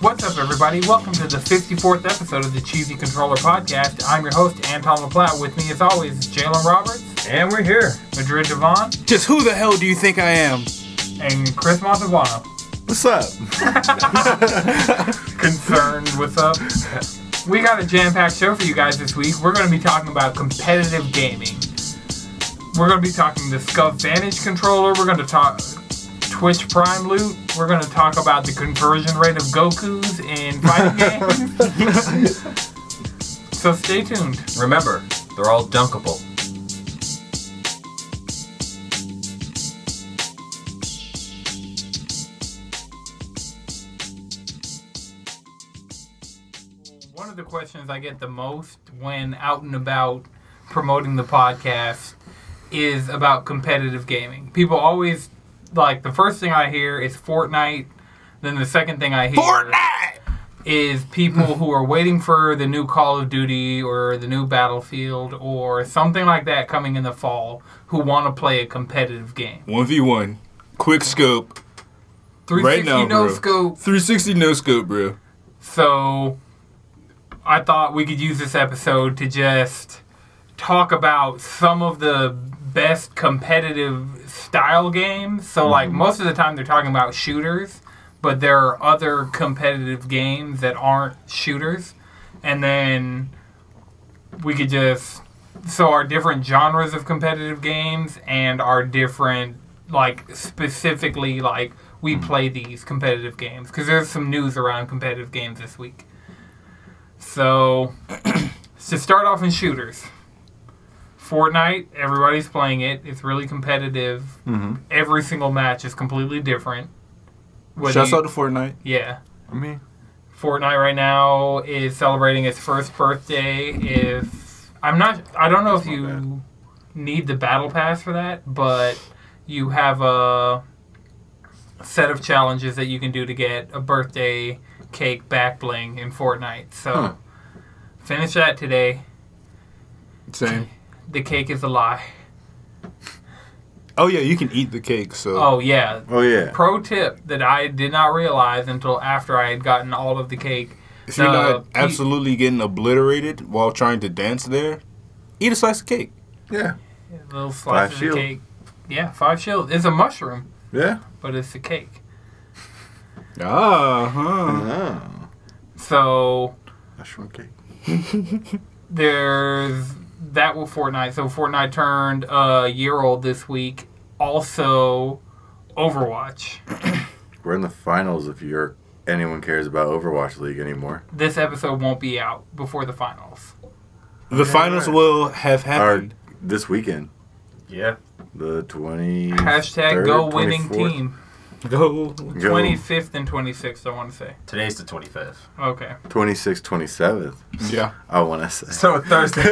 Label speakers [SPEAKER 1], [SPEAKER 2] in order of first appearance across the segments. [SPEAKER 1] What's up, everybody? Welcome to the 54th episode of the Cheesy Controller Podcast. I'm your host, Anton LaPlatte. With me, as always, is Jalen Roberts,
[SPEAKER 2] And we're here.
[SPEAKER 1] Madrid Devon,
[SPEAKER 3] Just who the hell do you think I am?
[SPEAKER 1] and Chris Montalbano.
[SPEAKER 4] What's up?
[SPEAKER 1] Concerned, what's up? We got a jam packed show for you guys this week. We're going to be talking about competitive gaming. We're going to be talking the Scuf Vantage controller. We're going to talk Twitch Prime loot. We're going to talk about the conversion rate of Goku's in fighting games. so stay tuned.
[SPEAKER 2] Remember, they're all dunkable.
[SPEAKER 1] One of the questions I get the most when out and about promoting the podcast is about competitive gaming. People always like the first thing I hear is Fortnite. Then the second thing I hear is people who are waiting for the new Call of Duty or the new Battlefield or something like that coming in the fall who want to play a competitive game.
[SPEAKER 3] One v one, quick scope,
[SPEAKER 1] 360
[SPEAKER 3] now,
[SPEAKER 1] no
[SPEAKER 3] bro.
[SPEAKER 1] scope.
[SPEAKER 3] 360 no scope, bro.
[SPEAKER 1] So I thought we could use this episode to just talk about some of the best competitive style games. So
[SPEAKER 3] Mm-hmm.
[SPEAKER 1] like most of the time they're talking about shooters, but there are other competitive games that aren't shooters. And then we could just so our different genres of competitive games and our different like specifically like we play these competitive games because there's some news around competitive games this week so to start off in shooters fortnite everybody's playing it it's really competitive every single match is completely different Whether
[SPEAKER 4] Shouts
[SPEAKER 1] you-
[SPEAKER 4] out to Fortnite.
[SPEAKER 1] yeah
[SPEAKER 4] I mean,
[SPEAKER 1] Fortnite right now is celebrating its first birthday. If I'm not, I don't know if you need the battle pass for that, but you have a set of challenges that you can do to get a birthday cake back bling in Fortnite. So
[SPEAKER 4] Huh.
[SPEAKER 1] finish that today.
[SPEAKER 3] Same.
[SPEAKER 1] The cake is a lie.
[SPEAKER 3] Oh yeah, you can eat the cake. So
[SPEAKER 1] Oh yeah.
[SPEAKER 4] oh yeah.
[SPEAKER 1] Pro tip that I did not realize until after I had gotten all of the cake.
[SPEAKER 3] if you're
[SPEAKER 1] the-
[SPEAKER 3] not absolutely getting obliterated while trying to dance there, eat a slice of cake.
[SPEAKER 4] Yeah.
[SPEAKER 1] little slice
[SPEAKER 4] Five
[SPEAKER 1] of
[SPEAKER 4] shield.
[SPEAKER 1] cake. Yeah, five shields. It's a mushroom.
[SPEAKER 4] Yeah.
[SPEAKER 1] but it's a cake.
[SPEAKER 3] Ah, huh.
[SPEAKER 4] Oh,
[SPEAKER 1] So
[SPEAKER 4] mushroom cake.
[SPEAKER 1] there's that with Fortnite. So Fortnite turned a year old this week. Also, Overwatch.
[SPEAKER 4] We're in the finals. If you're anyone cares about Overwatch League anymore,
[SPEAKER 1] This episode won't be out before the finals.
[SPEAKER 3] The finals
[SPEAKER 4] right.
[SPEAKER 3] will have
[SPEAKER 4] or
[SPEAKER 3] happened.
[SPEAKER 4] this weekend,
[SPEAKER 2] Yeah.
[SPEAKER 4] the twenty
[SPEAKER 1] Hashtag go winning team.
[SPEAKER 3] Go.
[SPEAKER 1] Twenty fifth and twenty sixth. I want to say.
[SPEAKER 2] Today's the 25th.
[SPEAKER 1] Okay.
[SPEAKER 4] 26th, 27th.
[SPEAKER 3] Yeah.
[SPEAKER 4] I want to say.
[SPEAKER 2] So Thursday.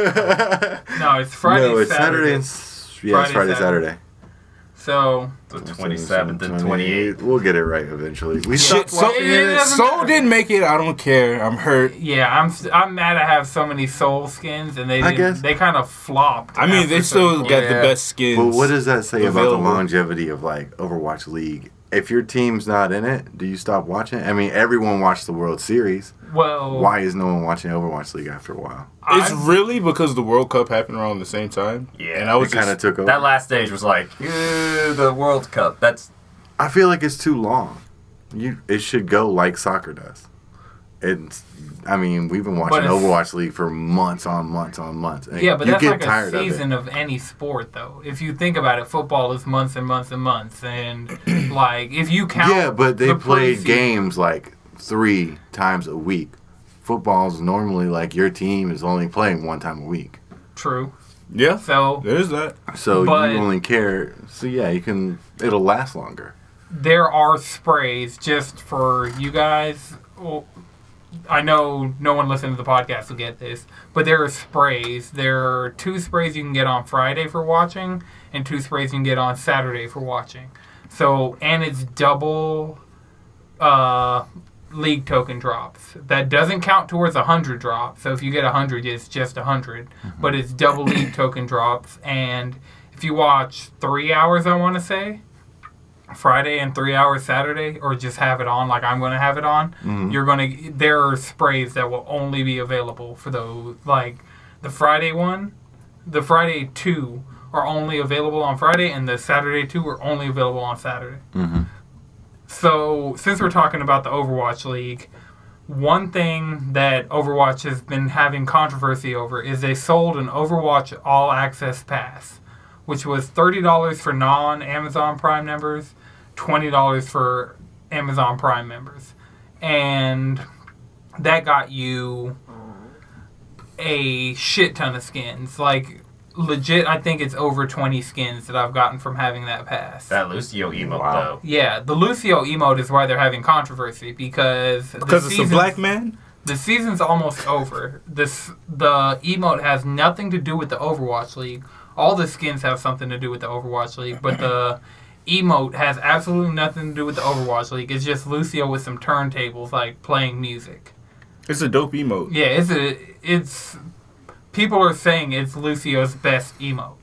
[SPEAKER 1] No, it's Friday.
[SPEAKER 4] no, it's Saturday.
[SPEAKER 1] Saturday.
[SPEAKER 4] and s- yeah, it's
[SPEAKER 1] Friday,
[SPEAKER 4] Friday, Saturday.
[SPEAKER 1] So
[SPEAKER 2] the 27th and 28th.
[SPEAKER 4] We'll get it right eventually. We
[SPEAKER 3] Shit.
[SPEAKER 4] stopped
[SPEAKER 3] So,
[SPEAKER 4] watching
[SPEAKER 1] It
[SPEAKER 4] it.
[SPEAKER 1] doesn't
[SPEAKER 3] Soul
[SPEAKER 1] matter.
[SPEAKER 3] didn't make it. I don't care. I'm hurt.
[SPEAKER 1] yeah, I'm s- I'm mad. I have so many soul skins, and they
[SPEAKER 4] I
[SPEAKER 1] didn't-
[SPEAKER 4] guess.
[SPEAKER 1] they kind of flopped.
[SPEAKER 3] I mean,
[SPEAKER 1] after
[SPEAKER 3] they
[SPEAKER 1] certain
[SPEAKER 3] still
[SPEAKER 1] points.
[SPEAKER 3] got the
[SPEAKER 2] Yeah.
[SPEAKER 3] best skins.
[SPEAKER 4] But what does that say about
[SPEAKER 3] available.
[SPEAKER 4] the longevity of like Overwatch League? If your team's not in it, do you stop watching? it? I mean, everyone watched the World Series.
[SPEAKER 1] Well,
[SPEAKER 4] Why is no one watching Overwatch League after a while?
[SPEAKER 3] It's
[SPEAKER 1] I've-
[SPEAKER 3] really because the World Cup happened around the same time.
[SPEAKER 2] Yeah,
[SPEAKER 3] and I was
[SPEAKER 4] It kind
[SPEAKER 3] just-
[SPEAKER 4] of took over.
[SPEAKER 2] That last stage was like, "Ew, the World Cup. That's
[SPEAKER 4] I feel like it's too long. You, it should go like soccer does. It's, I mean, we've been watching
[SPEAKER 1] it's-
[SPEAKER 4] Overwatch League for months on months on months. and
[SPEAKER 1] Yeah, but
[SPEAKER 4] you
[SPEAKER 1] that's
[SPEAKER 4] get
[SPEAKER 1] like
[SPEAKER 4] tired
[SPEAKER 1] a
[SPEAKER 4] of it.
[SPEAKER 1] season of, any sport, though. If you think about it, football is months and months and months, and like if you count,
[SPEAKER 4] Yeah, but they
[SPEAKER 1] the
[SPEAKER 4] played
[SPEAKER 1] preseason-
[SPEAKER 4] games like three times a week. Football's normally like your team is only playing one time a week.
[SPEAKER 1] True.
[SPEAKER 3] Yeah,
[SPEAKER 1] So
[SPEAKER 3] there's that.
[SPEAKER 4] So
[SPEAKER 1] But-
[SPEAKER 4] you only care. So yeah, you can. It'll last longer.
[SPEAKER 1] there are sprays just for you guys. Well, I know no one listening to the podcast will get this, but there are sprays. There are two sprays you can get on Friday for watching, and two sprays you can get on Saturday for watching. So, and it's double uh, league token drops. That doesn't count towards a hundred drops. So if you get a hundred, it's just a 100 But it's double league token drops, and if you watch three hours, I want to say Friday and three hours Saturday, or just have it on like I'm going to have it on, you're going to. There are sprays that will only be available for those. Like the Friday one, the Friday two are only available on Friday, and the Saturday two are only available on Saturday. So since we're talking about the Overwatch League, one thing that Overwatch has been having controversy over is they sold an Overwatch All Access Pass, which was $30 for non Amazon Prime members, $20 for Amazon Prime members. And that got you a shit ton of skins. Like, legit, I think it's over 20 skins that I've gotten from having that pass.
[SPEAKER 2] That Lucio emote
[SPEAKER 4] Wow.
[SPEAKER 2] though.
[SPEAKER 1] Yeah, the Lucio emote is why they're having controversy because
[SPEAKER 3] Because it's a
[SPEAKER 1] season's-
[SPEAKER 3] black man?
[SPEAKER 1] The season's almost over. This the emote has nothing to do with the Overwatch League. All the skins have something to do with the Overwatch League, but the emote has absolutely nothing to do with the Overwatch League. It's just Lucio with some turntables like playing music.
[SPEAKER 3] It's a dope emote.
[SPEAKER 1] Yeah, it's a, it's people are saying it's Lucio's best emote.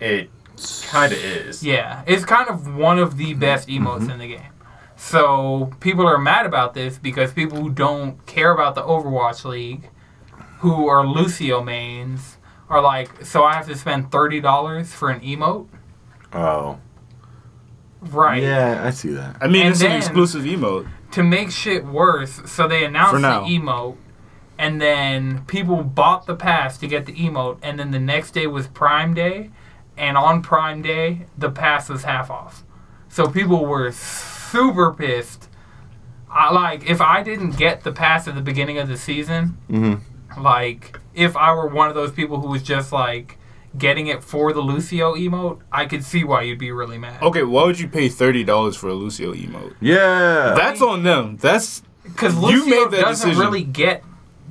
[SPEAKER 2] It kind of is.
[SPEAKER 1] Yeah, it's kind of one of the best emotes in the game. So people are mad about this because people who don't care about the Overwatch League, who are Lucio mains, are like, so I have to spend thirty dollars for an emote,
[SPEAKER 4] Oh.
[SPEAKER 1] right?
[SPEAKER 4] Yeah, I see that.
[SPEAKER 3] I mean,
[SPEAKER 1] And
[SPEAKER 3] it's an
[SPEAKER 1] then-
[SPEAKER 3] exclusive emote.
[SPEAKER 1] To make shit worse, so they announced
[SPEAKER 3] For
[SPEAKER 1] the
[SPEAKER 3] now.
[SPEAKER 1] emote, and then people bought the pass to get the emote, and then the next day was Prime Day, and on Prime Day the pass was half off. So people were super pissed. I like if I didn't get the pass at the beginning of the season,
[SPEAKER 3] Mm-hmm.
[SPEAKER 1] like if I were one of those people who was just like getting it for the Lucio emote, I could see why you'd be really mad.
[SPEAKER 3] Okay, why would you pay $30 for a Lucio emote?
[SPEAKER 4] Yeah.
[SPEAKER 3] That's on them. That's
[SPEAKER 1] Because Lucio
[SPEAKER 3] You made that
[SPEAKER 1] doesn't
[SPEAKER 3] decision.
[SPEAKER 1] really get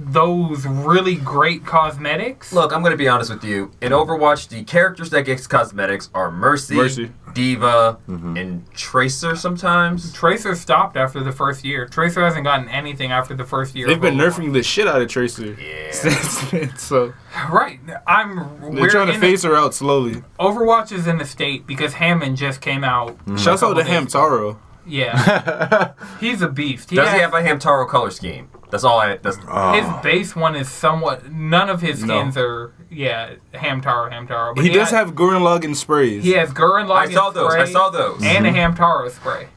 [SPEAKER 1] those really great cosmetics.
[SPEAKER 2] Look, I'm gonna be honest with you. In Overwatch, the characters that get cosmetics are Mercy,
[SPEAKER 3] Mercy.
[SPEAKER 2] Diva,
[SPEAKER 4] Mm-hmm.
[SPEAKER 2] and Tracer sometimes.
[SPEAKER 1] Tracer stopped after the first year. Tracer hasn't gotten anything after the first year.
[SPEAKER 3] they've been
[SPEAKER 1] of Overwatch.
[SPEAKER 3] nerfing the shit out of Tracer.
[SPEAKER 2] Yeah.
[SPEAKER 3] Since then, so
[SPEAKER 1] Right. I'm.
[SPEAKER 3] they're
[SPEAKER 1] we're
[SPEAKER 3] trying to
[SPEAKER 1] in-
[SPEAKER 3] phase her out slowly.
[SPEAKER 1] Overwatch is in the state because Hammond just came out.
[SPEAKER 3] Shouts out
[SPEAKER 1] Couple
[SPEAKER 3] to
[SPEAKER 1] days.
[SPEAKER 3] Hamtaro.
[SPEAKER 1] Yeah. He's a beast. He
[SPEAKER 2] Does
[SPEAKER 1] has,
[SPEAKER 2] he have a Hamtaro color scheme? That's all I. That's
[SPEAKER 4] Uh,
[SPEAKER 1] his base one is somewhat. None of his skins are. Yeah, Hamtaro, Hamtaro. But
[SPEAKER 3] He does
[SPEAKER 1] ha-
[SPEAKER 3] have Gurren Lagann sprays.
[SPEAKER 1] He has Gurren Lagann
[SPEAKER 2] I saw those. I
[SPEAKER 1] spray
[SPEAKER 2] saw those.
[SPEAKER 1] And a Hamtaro spray.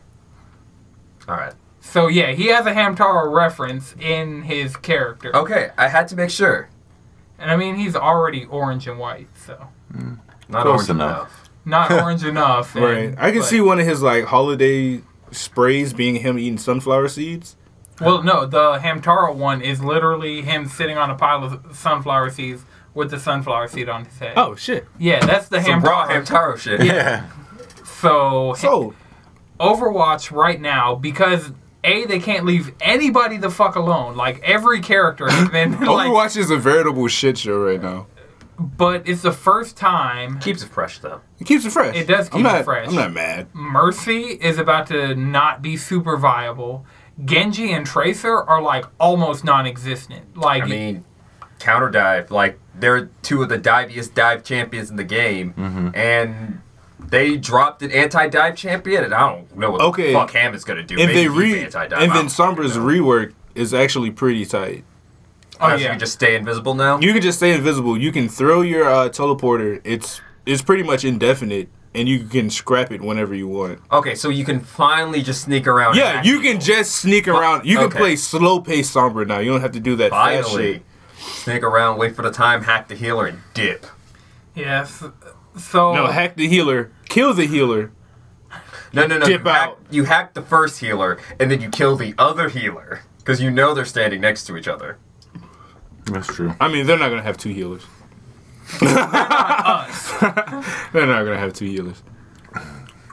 [SPEAKER 2] All right.
[SPEAKER 1] So yeah, he has a Hamtaro reference in his character.
[SPEAKER 3] Oh.
[SPEAKER 2] Okay, I had to make sure.
[SPEAKER 1] And I mean, he's already orange and white, so
[SPEAKER 2] Not
[SPEAKER 4] Close
[SPEAKER 2] orange
[SPEAKER 4] enough.
[SPEAKER 2] enough.
[SPEAKER 1] not orange enough. and-
[SPEAKER 3] Right. I can
[SPEAKER 1] but-
[SPEAKER 3] see one of his like holiday sprays being him eating sunflower seeds.
[SPEAKER 1] Well, no, the Hamtaro one is literally him sitting on a pile of sunflower seeds with the sunflower seed on his head.
[SPEAKER 3] shit.
[SPEAKER 1] yeah, that's the
[SPEAKER 2] Some raw
[SPEAKER 1] Hamtaro.
[SPEAKER 2] Hamtaro shit.
[SPEAKER 4] yeah.
[SPEAKER 1] so,
[SPEAKER 3] So
[SPEAKER 1] Overwatch right now because a they can't leave anybody the fuck alone. Like every character has been like,
[SPEAKER 3] Overwatch is a veritable shit show right now.
[SPEAKER 1] but it's the first time
[SPEAKER 2] Keeps it fresh though.
[SPEAKER 3] It keeps it fresh.
[SPEAKER 1] It does
[SPEAKER 3] I'm
[SPEAKER 1] keep it
[SPEAKER 3] not-
[SPEAKER 1] fresh.
[SPEAKER 3] I'm not mad.
[SPEAKER 1] Mercy is about to not be super viable. Genji and Tracer are like almost non-existent. Like
[SPEAKER 2] I mean, counter dive. Like they're two of the diviest dive champions in the game,
[SPEAKER 3] Mm-hmm.
[SPEAKER 2] and they dropped an anti dive champion, and I don't know what
[SPEAKER 3] Okay.
[SPEAKER 2] the fuck Ham is gonna do.
[SPEAKER 3] And
[SPEAKER 2] Maybe
[SPEAKER 3] they
[SPEAKER 2] he's
[SPEAKER 3] re
[SPEAKER 2] anti-dive.
[SPEAKER 3] and
[SPEAKER 2] I
[SPEAKER 3] then
[SPEAKER 2] don't
[SPEAKER 3] Sombra's
[SPEAKER 2] know.
[SPEAKER 3] rework is actually pretty tight.
[SPEAKER 1] oh
[SPEAKER 2] Now she
[SPEAKER 1] yeah,
[SPEAKER 2] can just stay invisible now.
[SPEAKER 3] You can just stay invisible. You can throw your uh, teleporter. It's it's pretty much indefinite, and you can scrap it whenever you want.
[SPEAKER 2] okay, so you can finally just sneak around. and
[SPEAKER 3] Yeah,
[SPEAKER 2] hack
[SPEAKER 3] you
[SPEAKER 2] people.
[SPEAKER 3] can just sneak around. You can
[SPEAKER 2] okay.
[SPEAKER 3] play slow paced Sombra now. You don't have to do that fast shit.
[SPEAKER 2] finally sneak around, wait for the time, hack the healer, and dip.
[SPEAKER 1] yes. So
[SPEAKER 2] Oh.
[SPEAKER 3] No, hack the healer, kill the healer.
[SPEAKER 2] No, no, no.
[SPEAKER 3] Dip
[SPEAKER 2] you hack-
[SPEAKER 3] out.
[SPEAKER 2] you hack the first healer, and then you kill the other healer because you know they're standing next to each other.
[SPEAKER 4] That's true.
[SPEAKER 3] I mean, they're not gonna have two healers. they're not gonna have two healers.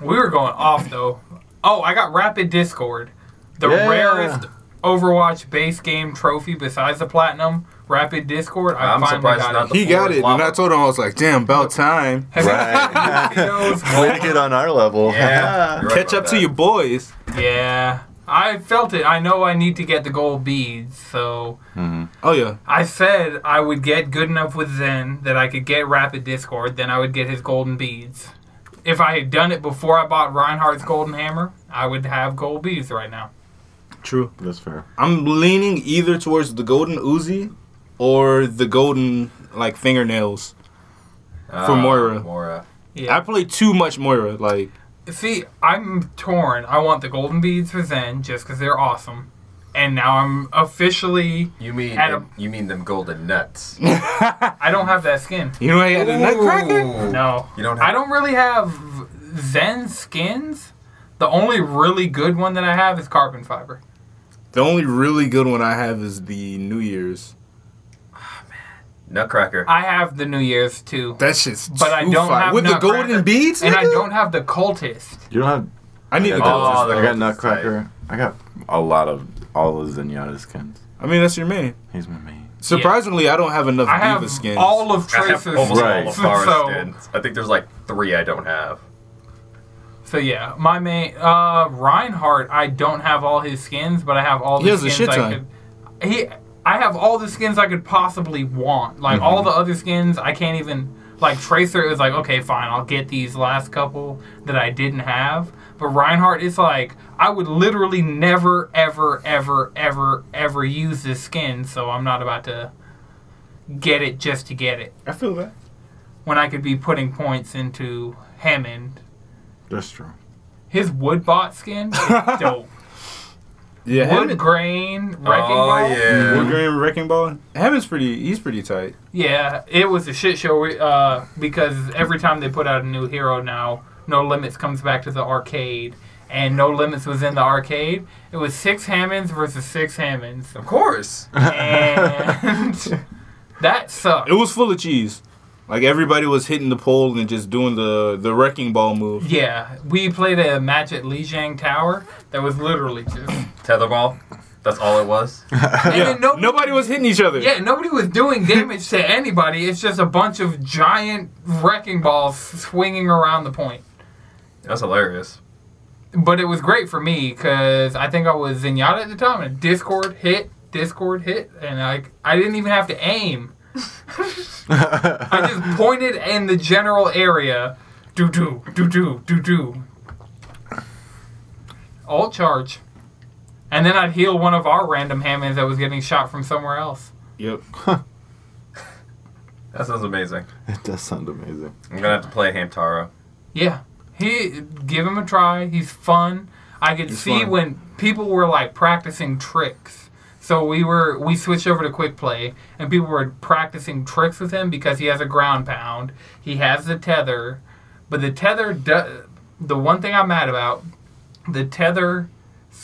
[SPEAKER 1] we were going off though. Oh, I got Rapid Discord, the
[SPEAKER 4] Yeah.
[SPEAKER 1] rarest Overwatch base game trophy besides the platinum. Rapid Discord. I
[SPEAKER 2] I'm
[SPEAKER 1] finally
[SPEAKER 2] surprised
[SPEAKER 1] got
[SPEAKER 2] not
[SPEAKER 1] it.
[SPEAKER 2] the
[SPEAKER 3] He got
[SPEAKER 2] floor is
[SPEAKER 3] it, and
[SPEAKER 2] lava.
[SPEAKER 3] I told him I was like, "Damn, about time."
[SPEAKER 1] Have
[SPEAKER 4] Right.
[SPEAKER 1] you guys seen those?
[SPEAKER 4] Way to get on our level.
[SPEAKER 2] Yeah. you're right
[SPEAKER 3] Catch
[SPEAKER 2] about
[SPEAKER 3] up to
[SPEAKER 2] that.
[SPEAKER 3] your boys.
[SPEAKER 1] yeah, I felt it. I know I need to get the gold beads, so
[SPEAKER 3] Oh yeah,
[SPEAKER 1] I said I would get good enough with Zen that I could get Rapid Discord, then I would get his golden beads. if I had done it before I bought Reinhardt's Golden Hammer, I would have gold bees right now.
[SPEAKER 3] True.
[SPEAKER 4] That's fair.
[SPEAKER 3] I'm leaning either towards the golden Uzi or the golden like fingernails.
[SPEAKER 2] Ah,
[SPEAKER 3] For Moira.
[SPEAKER 2] Moira.
[SPEAKER 1] Yeah.
[SPEAKER 3] I play too much Moira. Like
[SPEAKER 1] See, I'm torn. I want the golden beads for Zen just because they're awesome, and now I'm officially.
[SPEAKER 2] You mean
[SPEAKER 1] Adam.
[SPEAKER 2] you mean them golden nuts?
[SPEAKER 1] I don't have that skin.
[SPEAKER 3] you know, I had a nutcracker.
[SPEAKER 2] Ooh.
[SPEAKER 1] No,
[SPEAKER 2] You don't have-
[SPEAKER 1] I don't really have Zen skins. The only really good one that I have is carbon fiber.
[SPEAKER 3] The only really good one I have is the New Year's.
[SPEAKER 2] Nutcracker.
[SPEAKER 1] I have the New Year's too,
[SPEAKER 3] That shit's
[SPEAKER 1] but I
[SPEAKER 3] too
[SPEAKER 1] don't
[SPEAKER 3] fire.
[SPEAKER 1] have
[SPEAKER 3] with the
[SPEAKER 1] Nutcracker,
[SPEAKER 3] golden beads.
[SPEAKER 1] and I
[SPEAKER 3] nigga?
[SPEAKER 1] don't have the cultist.
[SPEAKER 4] You don't have.
[SPEAKER 3] I need the
[SPEAKER 4] I
[SPEAKER 2] Oh,
[SPEAKER 3] gold.
[SPEAKER 4] got,
[SPEAKER 2] the
[SPEAKER 4] I got
[SPEAKER 2] Cultist
[SPEAKER 4] Nutcracker. I got a lot of all of Zenyatta skins.
[SPEAKER 3] I mean, that's your man.
[SPEAKER 4] He's my main.
[SPEAKER 3] Surprisingly, I don't have enough
[SPEAKER 1] I
[SPEAKER 3] Diva
[SPEAKER 1] have
[SPEAKER 3] skins.
[SPEAKER 1] all of
[SPEAKER 2] I have
[SPEAKER 1] Tracer's.
[SPEAKER 2] almost
[SPEAKER 4] Right.
[SPEAKER 2] all of Forrest
[SPEAKER 1] So-
[SPEAKER 2] skins. I think there's like three I don't have.
[SPEAKER 1] So yeah, my main uh, Reinhardt. I don't have all his skins, but I have all the
[SPEAKER 3] He has a
[SPEAKER 1] skins
[SPEAKER 3] shit
[SPEAKER 1] I
[SPEAKER 3] ton.
[SPEAKER 1] could. He, I have all the skins I could possibly want. Like
[SPEAKER 3] Mhm.
[SPEAKER 1] all the other skins, I can't even. Like Tracer, it was like, okay, fine, I'll get these last couple that I didn't have. But Reinhardt, it's like I would literally never, ever, ever, ever, ever use this skin, so I'm not about to get it just to get it.
[SPEAKER 3] I feel that.
[SPEAKER 1] When I could be putting points into Hammond
[SPEAKER 4] That's true.
[SPEAKER 1] his wood bot skin is dope.
[SPEAKER 3] Yeah,
[SPEAKER 1] wood
[SPEAKER 3] Hammond,
[SPEAKER 1] grain wrecking
[SPEAKER 2] oh
[SPEAKER 1] ball.
[SPEAKER 2] yeah.
[SPEAKER 3] Wood Grain Wrecking Ball. Hammond's pretty. He's pretty tight.
[SPEAKER 1] Yeah, it was a shit show uh, because every time they put out a new hero now, No Limits comes back to the arcade, and No Limits was in the arcade. It was six Hammonds versus six Hammonds,
[SPEAKER 2] Of course.
[SPEAKER 1] and that sucked.
[SPEAKER 3] It was full of cheese. Like everybody was hitting the pole and just doing the the wrecking ball move.
[SPEAKER 1] Yeah, we played a match at Lijiang Tower that was literally just.
[SPEAKER 2] Tetherball. That's all it was.
[SPEAKER 1] And
[SPEAKER 3] Yeah.
[SPEAKER 1] then nobody-
[SPEAKER 3] Nobody was hitting each other.
[SPEAKER 1] Yeah, nobody was doing damage to anybody. It's just a bunch of giant wrecking balls swinging around the point.
[SPEAKER 2] That's hilarious.
[SPEAKER 1] But it was great for me because I think I was Zenyatta at the time, and Discord hit, Discord hit, and I I didn't even have to aim. I just pointed in the general area, do do do do do do. Alt charge, and then I'd heal one of our random Hammonds that was getting shot from somewhere else.
[SPEAKER 3] Yep.
[SPEAKER 2] That sounds amazing.
[SPEAKER 4] It does sound amazing.
[SPEAKER 2] I'm gonna have to play Hamtaro.
[SPEAKER 1] Yeah, he give him a try. He's fun. I could
[SPEAKER 3] He's
[SPEAKER 1] see
[SPEAKER 3] fun.
[SPEAKER 1] when people were like practicing tricks. So we were we switched over to quick play, and people were practicing tricks with him because he has a ground pound. He has the tether, but the tether. Do, the one thing I'm mad about, the tether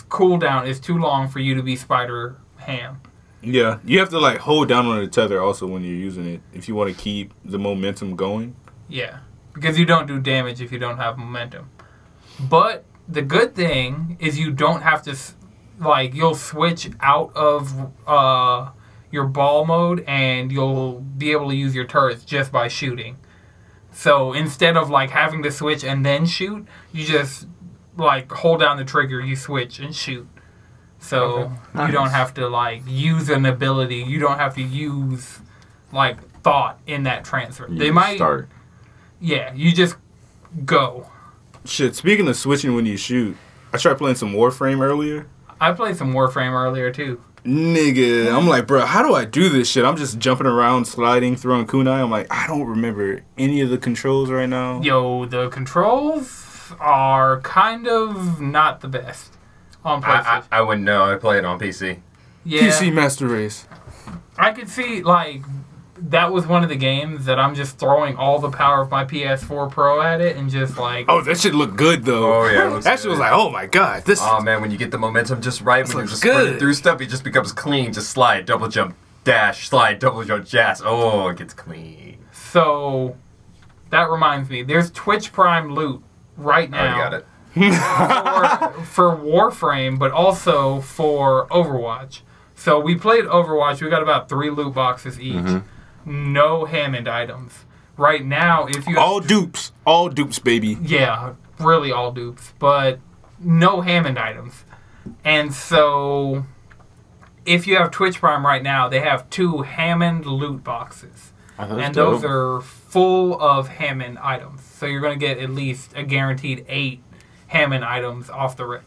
[SPEAKER 1] cooldown is too long for you to be Spider Ham.
[SPEAKER 3] Yeah. You have to like hold down on the tether also when you're using it if you want to keep the momentum going.
[SPEAKER 1] Yeah, because you don't do damage if you don't have momentum. But the good thing is you don't have to, s- like, you'll switch out of uh, your ball mode and you'll be able to use your turrets just by shooting. So instead of like having to switch and then shoot, you just like hold down the trigger, you switch and shoot. So you don't
[SPEAKER 4] Nice.
[SPEAKER 1] have to like use an ability. You don't have to use like thought in that transfer.
[SPEAKER 4] You
[SPEAKER 1] they might
[SPEAKER 4] start.
[SPEAKER 1] yeah, you just go.
[SPEAKER 3] Shit. Speaking of switching when you shoot, I tried playing some Warframe earlier.
[SPEAKER 1] I played some Warframe earlier too.
[SPEAKER 3] Nigga, I'm like, bro, how do I do this shit? I'm just jumping around, sliding, throwing kunai. I'm like, I don't remember any of the controls right now.
[SPEAKER 1] Yo, the controls are kind of not the best on
[SPEAKER 2] I,
[SPEAKER 1] PlayStation.
[SPEAKER 2] I, I wouldn't know. I play it on PC.
[SPEAKER 1] yeah,
[SPEAKER 3] PC Master Race.
[SPEAKER 1] I could see like that was one of the games that I'm just throwing all the power of my PS4 Pro at it and just like
[SPEAKER 3] Oh, that shit looked good though.
[SPEAKER 2] Oh, yeah, it looks
[SPEAKER 3] that shit was
[SPEAKER 2] good.
[SPEAKER 3] like, oh my god, this.
[SPEAKER 2] Oh man, when you get the momentum just right, when you're
[SPEAKER 3] looks
[SPEAKER 2] just sprinting
[SPEAKER 3] good.
[SPEAKER 2] through stuff, it just becomes clean. Just slide, double jump, dash, slide, double jump, jazz. Oh, it gets clean.
[SPEAKER 1] so. That reminds me, there's Twitch Prime loot right
[SPEAKER 2] I
[SPEAKER 1] now.
[SPEAKER 2] already got it.
[SPEAKER 1] for, for Warframe, but also for Overwatch. So we played Overwatch. We got about three loot boxes each. No Hammond items. Right now, if you
[SPEAKER 3] all dupes, all dupes, baby.
[SPEAKER 1] yeah, really all dupes, but no Hammond items. And so, if you have Twitch Prime right now, they have two Hammond loot boxes.
[SPEAKER 3] Oh, that's
[SPEAKER 1] and
[SPEAKER 3] dope.
[SPEAKER 1] those are full of Hammond items. So you're going to get at least a guaranteed eight Hammond items off the rip.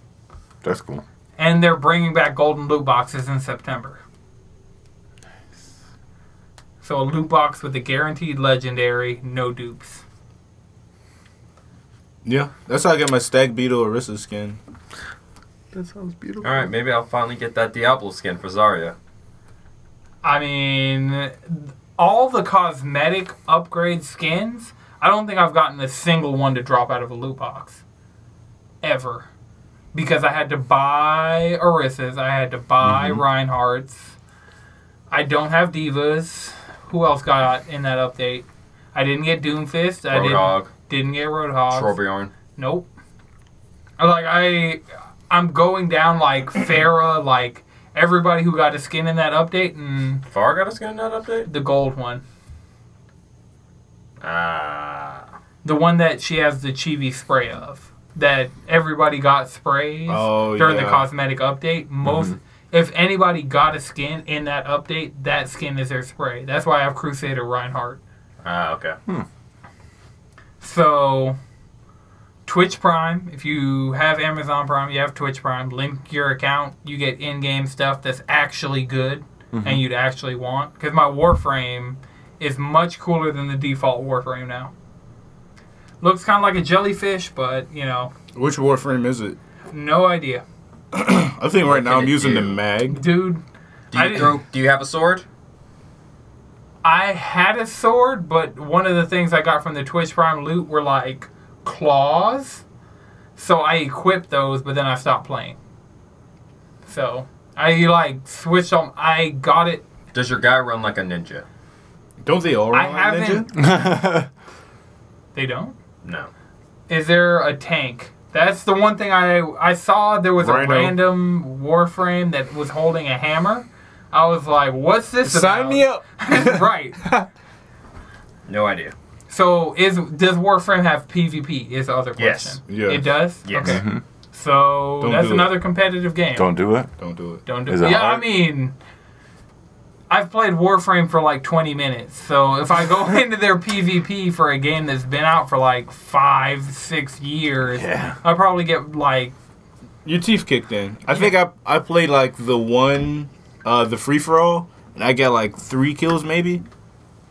[SPEAKER 4] That's cool.
[SPEAKER 1] And they're bringing back golden loot boxes in September. So a loot box with a guaranteed legendary, no dupes.
[SPEAKER 3] Yeah, that's how I get my Stag Beetle Orisa skin.
[SPEAKER 4] That sounds beautiful.
[SPEAKER 2] All right, maybe I'll finally get that Diablo skin for Zarya.
[SPEAKER 1] I mean, all the cosmetic upgrade skins, I don't think I've gotten a single one to drop out of a loot box. Ever. Because I had to buy Orissa's, I had to buy Reinhardt's. I don't have Divas. Who else got in that update? I didn't get Doomfist. I didn't,
[SPEAKER 2] Roadhog,
[SPEAKER 1] didn't get Roadhog.
[SPEAKER 2] Torbjorn.
[SPEAKER 1] Nope. Like I, I'm going down like Farah, like everybody who got a skin in that update, and
[SPEAKER 2] Far got a skin in that update?
[SPEAKER 1] the gold one,
[SPEAKER 2] Ah.
[SPEAKER 1] the one that she has the chibi spray of, that everybody got sprays
[SPEAKER 3] Oh,
[SPEAKER 1] during the
[SPEAKER 3] yeah. Mm-hmm.
[SPEAKER 1] cosmetic update. Most, if anybody got a skin in that update, that skin is their spray. That's why I have Crusader Reinhardt.
[SPEAKER 2] Ah, okay.
[SPEAKER 1] So, Twitch Prime, if you have Amazon Prime, you have Twitch Prime, link your account, you get in game stuff that's actually good
[SPEAKER 2] Mm-hmm.
[SPEAKER 1] and you'd actually want. Because my Warframe is much cooler than the default Warframe now. Looks kind of like a jellyfish, but, you know,
[SPEAKER 3] Which Warframe is it?
[SPEAKER 1] no idea.
[SPEAKER 3] I think right now
[SPEAKER 2] can
[SPEAKER 3] I'm
[SPEAKER 2] it
[SPEAKER 3] using the
[SPEAKER 2] do?
[SPEAKER 3] mag.
[SPEAKER 1] Dude,
[SPEAKER 2] Do
[SPEAKER 1] I
[SPEAKER 2] you,
[SPEAKER 1] didn't-
[SPEAKER 2] throw, do you have a sword?
[SPEAKER 1] I had a sword, but one of the things I got from the Twitch Prime loot were like claws. So I equipped those, but then I stopped playing. So I like switched on. I got it.
[SPEAKER 2] Does your guy run like a ninja?
[SPEAKER 3] Don't they all
[SPEAKER 1] I
[SPEAKER 3] run like
[SPEAKER 1] haven't-
[SPEAKER 3] ninja?
[SPEAKER 1] They don't.
[SPEAKER 2] No.
[SPEAKER 1] Is there a tank? That's the one thing I I saw. There was
[SPEAKER 3] Rhino.
[SPEAKER 1] a random warframe that was holding a hammer. I was like, "What's this?"
[SPEAKER 3] Sign
[SPEAKER 1] about?
[SPEAKER 3] me up.
[SPEAKER 1] right.
[SPEAKER 2] No idea.
[SPEAKER 1] So is does Warframe have PvP? Is the other
[SPEAKER 2] Yes.
[SPEAKER 1] question.
[SPEAKER 3] Yes.
[SPEAKER 1] It does.
[SPEAKER 2] Yes.
[SPEAKER 1] Okay. So
[SPEAKER 3] Don't
[SPEAKER 1] that's
[SPEAKER 3] do it.
[SPEAKER 1] another competitive game.
[SPEAKER 4] Don't do it.
[SPEAKER 3] Don't do it.
[SPEAKER 1] Don't do
[SPEAKER 4] Is
[SPEAKER 1] it.
[SPEAKER 4] it
[SPEAKER 1] Yeah, I
[SPEAKER 4] hard?
[SPEAKER 1] mean, I've played Warframe for like 20 minutes. So if I go into their PvP for a game that's been out for like five, six years,
[SPEAKER 4] Yeah.
[SPEAKER 1] I probably get like
[SPEAKER 3] Your teeth kicked in. I think I I played like the one, uh, the free for all, and I got like three kills maybe.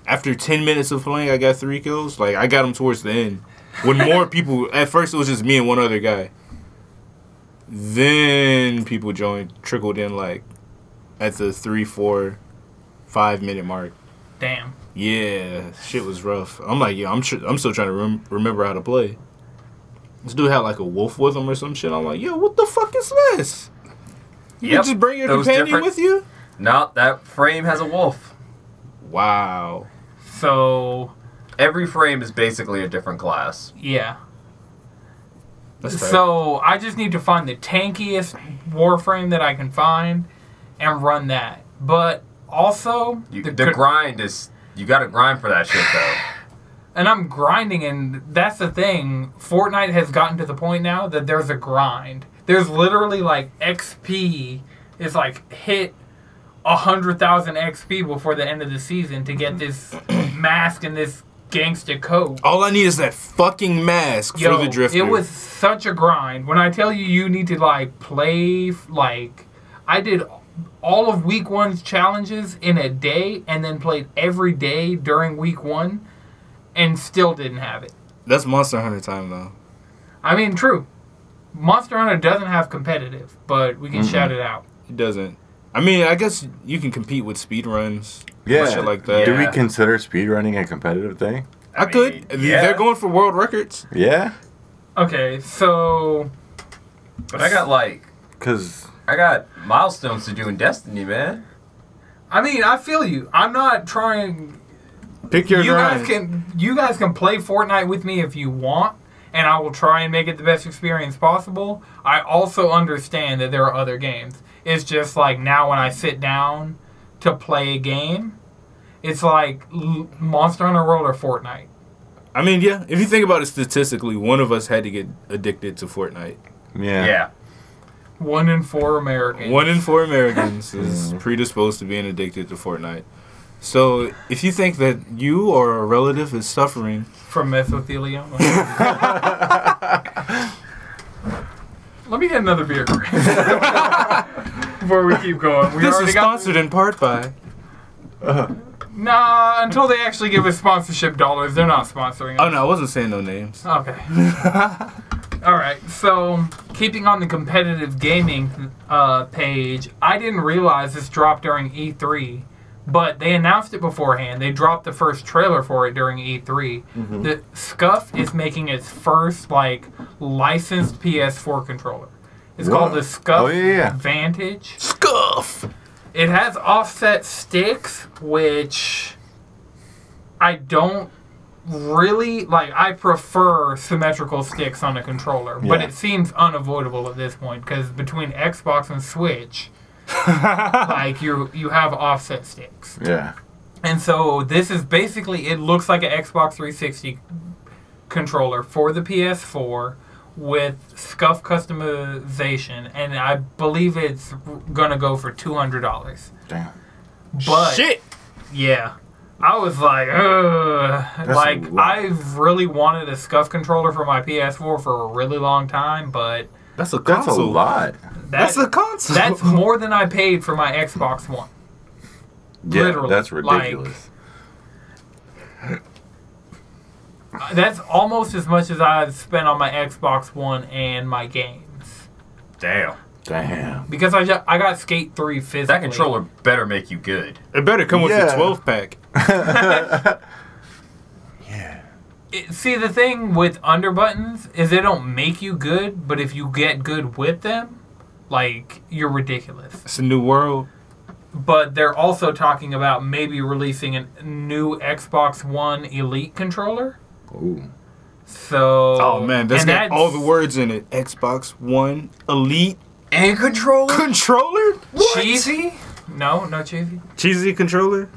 [SPEAKER 3] After ten minutes of playing, I got three kills. Like I got them towards the end, when more people. At first, it was just me and one other guy. Then people joined, trickled in like, at the three, four, five minute mark.
[SPEAKER 1] damn.
[SPEAKER 3] Yeah, shit was rough. I'm like, yeah, I'm tr- I'm still trying to rem- remember how to play. This dude had like a wolf with him or some shit. I'm like, yo, what the fuck is this? You
[SPEAKER 2] Yep,
[SPEAKER 3] just bring your
[SPEAKER 2] those
[SPEAKER 3] companion
[SPEAKER 2] different-
[SPEAKER 3] with you?
[SPEAKER 2] No, that frame has a wolf.
[SPEAKER 3] Wow.
[SPEAKER 1] So
[SPEAKER 2] Every frame is basically a different class.
[SPEAKER 1] yeah.
[SPEAKER 3] That's tight.
[SPEAKER 1] So I just need to find the tankiest Warframe that I can find and run that. But also
[SPEAKER 2] You,
[SPEAKER 1] the
[SPEAKER 2] the,
[SPEAKER 1] cr-
[SPEAKER 2] grind is. You gotta grind for that shit, though.
[SPEAKER 1] and I'm grinding, and that's the thing. Fortnite has gotten to the point now that there's a grind. There's literally like XP. It's like hit a hundred thousand XP before the end of the season to get this mask and this gangsta coat.
[SPEAKER 3] all I need is that fucking mask
[SPEAKER 1] Yo,
[SPEAKER 3] for the drifter.
[SPEAKER 1] it was such a grind. When I tell you, you need to like play f- like I did all of week one's challenges in a day, and then played every day during week one, and still didn't have it.
[SPEAKER 3] That's Monster Hunter time though.
[SPEAKER 1] I mean, true. Monster Hunter doesn't have competitive, but we can shout it out.
[SPEAKER 3] It doesn't. I mean, I guess you can compete with speed runs.
[SPEAKER 4] Yeah.
[SPEAKER 3] shit like that.
[SPEAKER 4] Do we
[SPEAKER 2] Yeah.
[SPEAKER 4] consider speedrunning a competitive thing?
[SPEAKER 3] I, could.
[SPEAKER 2] mean, yeah.
[SPEAKER 3] They're going for world records.
[SPEAKER 4] Yeah.
[SPEAKER 1] Okay, so
[SPEAKER 2] But I got like.
[SPEAKER 4] Because
[SPEAKER 2] I got milestones to do in Destiny, man.
[SPEAKER 1] I mean, I feel you. I'm not trying.
[SPEAKER 3] Pick your
[SPEAKER 1] you
[SPEAKER 3] grind.
[SPEAKER 1] guys can you guys can play Fortnite with me if you want, and I will try and make it the best experience possible. I also understand that there are other games. It's just like now when I sit down to play a game, it's like l- Monster Hunter World or Fortnite.
[SPEAKER 3] I mean, yeah. If you think about it statistically, one of us had to get addicted to Fortnite.
[SPEAKER 4] yeah.
[SPEAKER 2] Yeah.
[SPEAKER 1] One in four Americans.
[SPEAKER 3] One in four Americans is predisposed to being addicted to Fortnite. So if you think that you or a relative is suffering,
[SPEAKER 1] from mesothelioma. Let me get another beer before we keep going. We
[SPEAKER 3] this
[SPEAKER 1] already
[SPEAKER 3] is
[SPEAKER 1] got-
[SPEAKER 3] sponsored in part by.
[SPEAKER 1] Nah, until they actually give us sponsorship dollars, they're not sponsoring
[SPEAKER 3] Oh
[SPEAKER 1] us.
[SPEAKER 3] no, I wasn't saying no names.
[SPEAKER 1] Okay. All right. So, keeping on the competitive gaming uh, page, I didn't realize this dropped during E3, but they announced it beforehand. They dropped the first trailer for it during E3. The
[SPEAKER 4] Mm-hmm.
[SPEAKER 1] Scuff is making its first like licensed PS4 controller. It's called
[SPEAKER 4] Whoa.
[SPEAKER 1] the Scuff
[SPEAKER 4] Oh, yeah, yeah.
[SPEAKER 1] Vantage.
[SPEAKER 3] Scuff.
[SPEAKER 1] It has offset sticks, which I don't really like. I prefer symmetrical sticks on a controller, but
[SPEAKER 4] Yeah.
[SPEAKER 1] it seems unavoidable at this point because between Xbox and Switch, like you you have offset sticks,
[SPEAKER 4] Yeah.
[SPEAKER 1] and so this is basically it looks like an Xbox 360 controller for the PS4 with scuff customization, and I believe it's gonna go for two hundred dollars.
[SPEAKER 4] Damn.
[SPEAKER 1] But
[SPEAKER 3] Shit.
[SPEAKER 1] yeah, I was like, Ugh. like
[SPEAKER 4] lot.
[SPEAKER 1] I've really wanted a scuff controller for my PS4 for a really long time, but
[SPEAKER 3] That's a
[SPEAKER 4] That's
[SPEAKER 3] console.
[SPEAKER 4] a lot.
[SPEAKER 1] that,
[SPEAKER 3] That's a console.
[SPEAKER 1] that's more than I paid for my Xbox One.
[SPEAKER 4] Yeah,
[SPEAKER 1] Literally,
[SPEAKER 4] that's
[SPEAKER 1] like-
[SPEAKER 4] ridiculous.
[SPEAKER 1] Uh, That's almost as much as I've spent on my Xbox One and my games
[SPEAKER 2] Damn.
[SPEAKER 4] Damn.
[SPEAKER 1] because I ju- I got Skate Three physically.
[SPEAKER 2] That controller better make you good.
[SPEAKER 3] it better come with
[SPEAKER 4] Yeah.
[SPEAKER 3] a 12 pack.
[SPEAKER 1] It- see the thing with under buttons is they don't make you good, but if you get good with them, like you're ridiculous.
[SPEAKER 3] It's a new world.
[SPEAKER 1] Oh, but they're also talking about maybe releasing a new Xbox One Elite controller.
[SPEAKER 4] Ooh.
[SPEAKER 1] So
[SPEAKER 3] Oh man, that's
[SPEAKER 1] and
[SPEAKER 3] got all the words in it. Xbox One Elite
[SPEAKER 2] And controller?
[SPEAKER 3] controller.
[SPEAKER 1] cheesy. No, no cheesy.
[SPEAKER 3] Cheesy controller.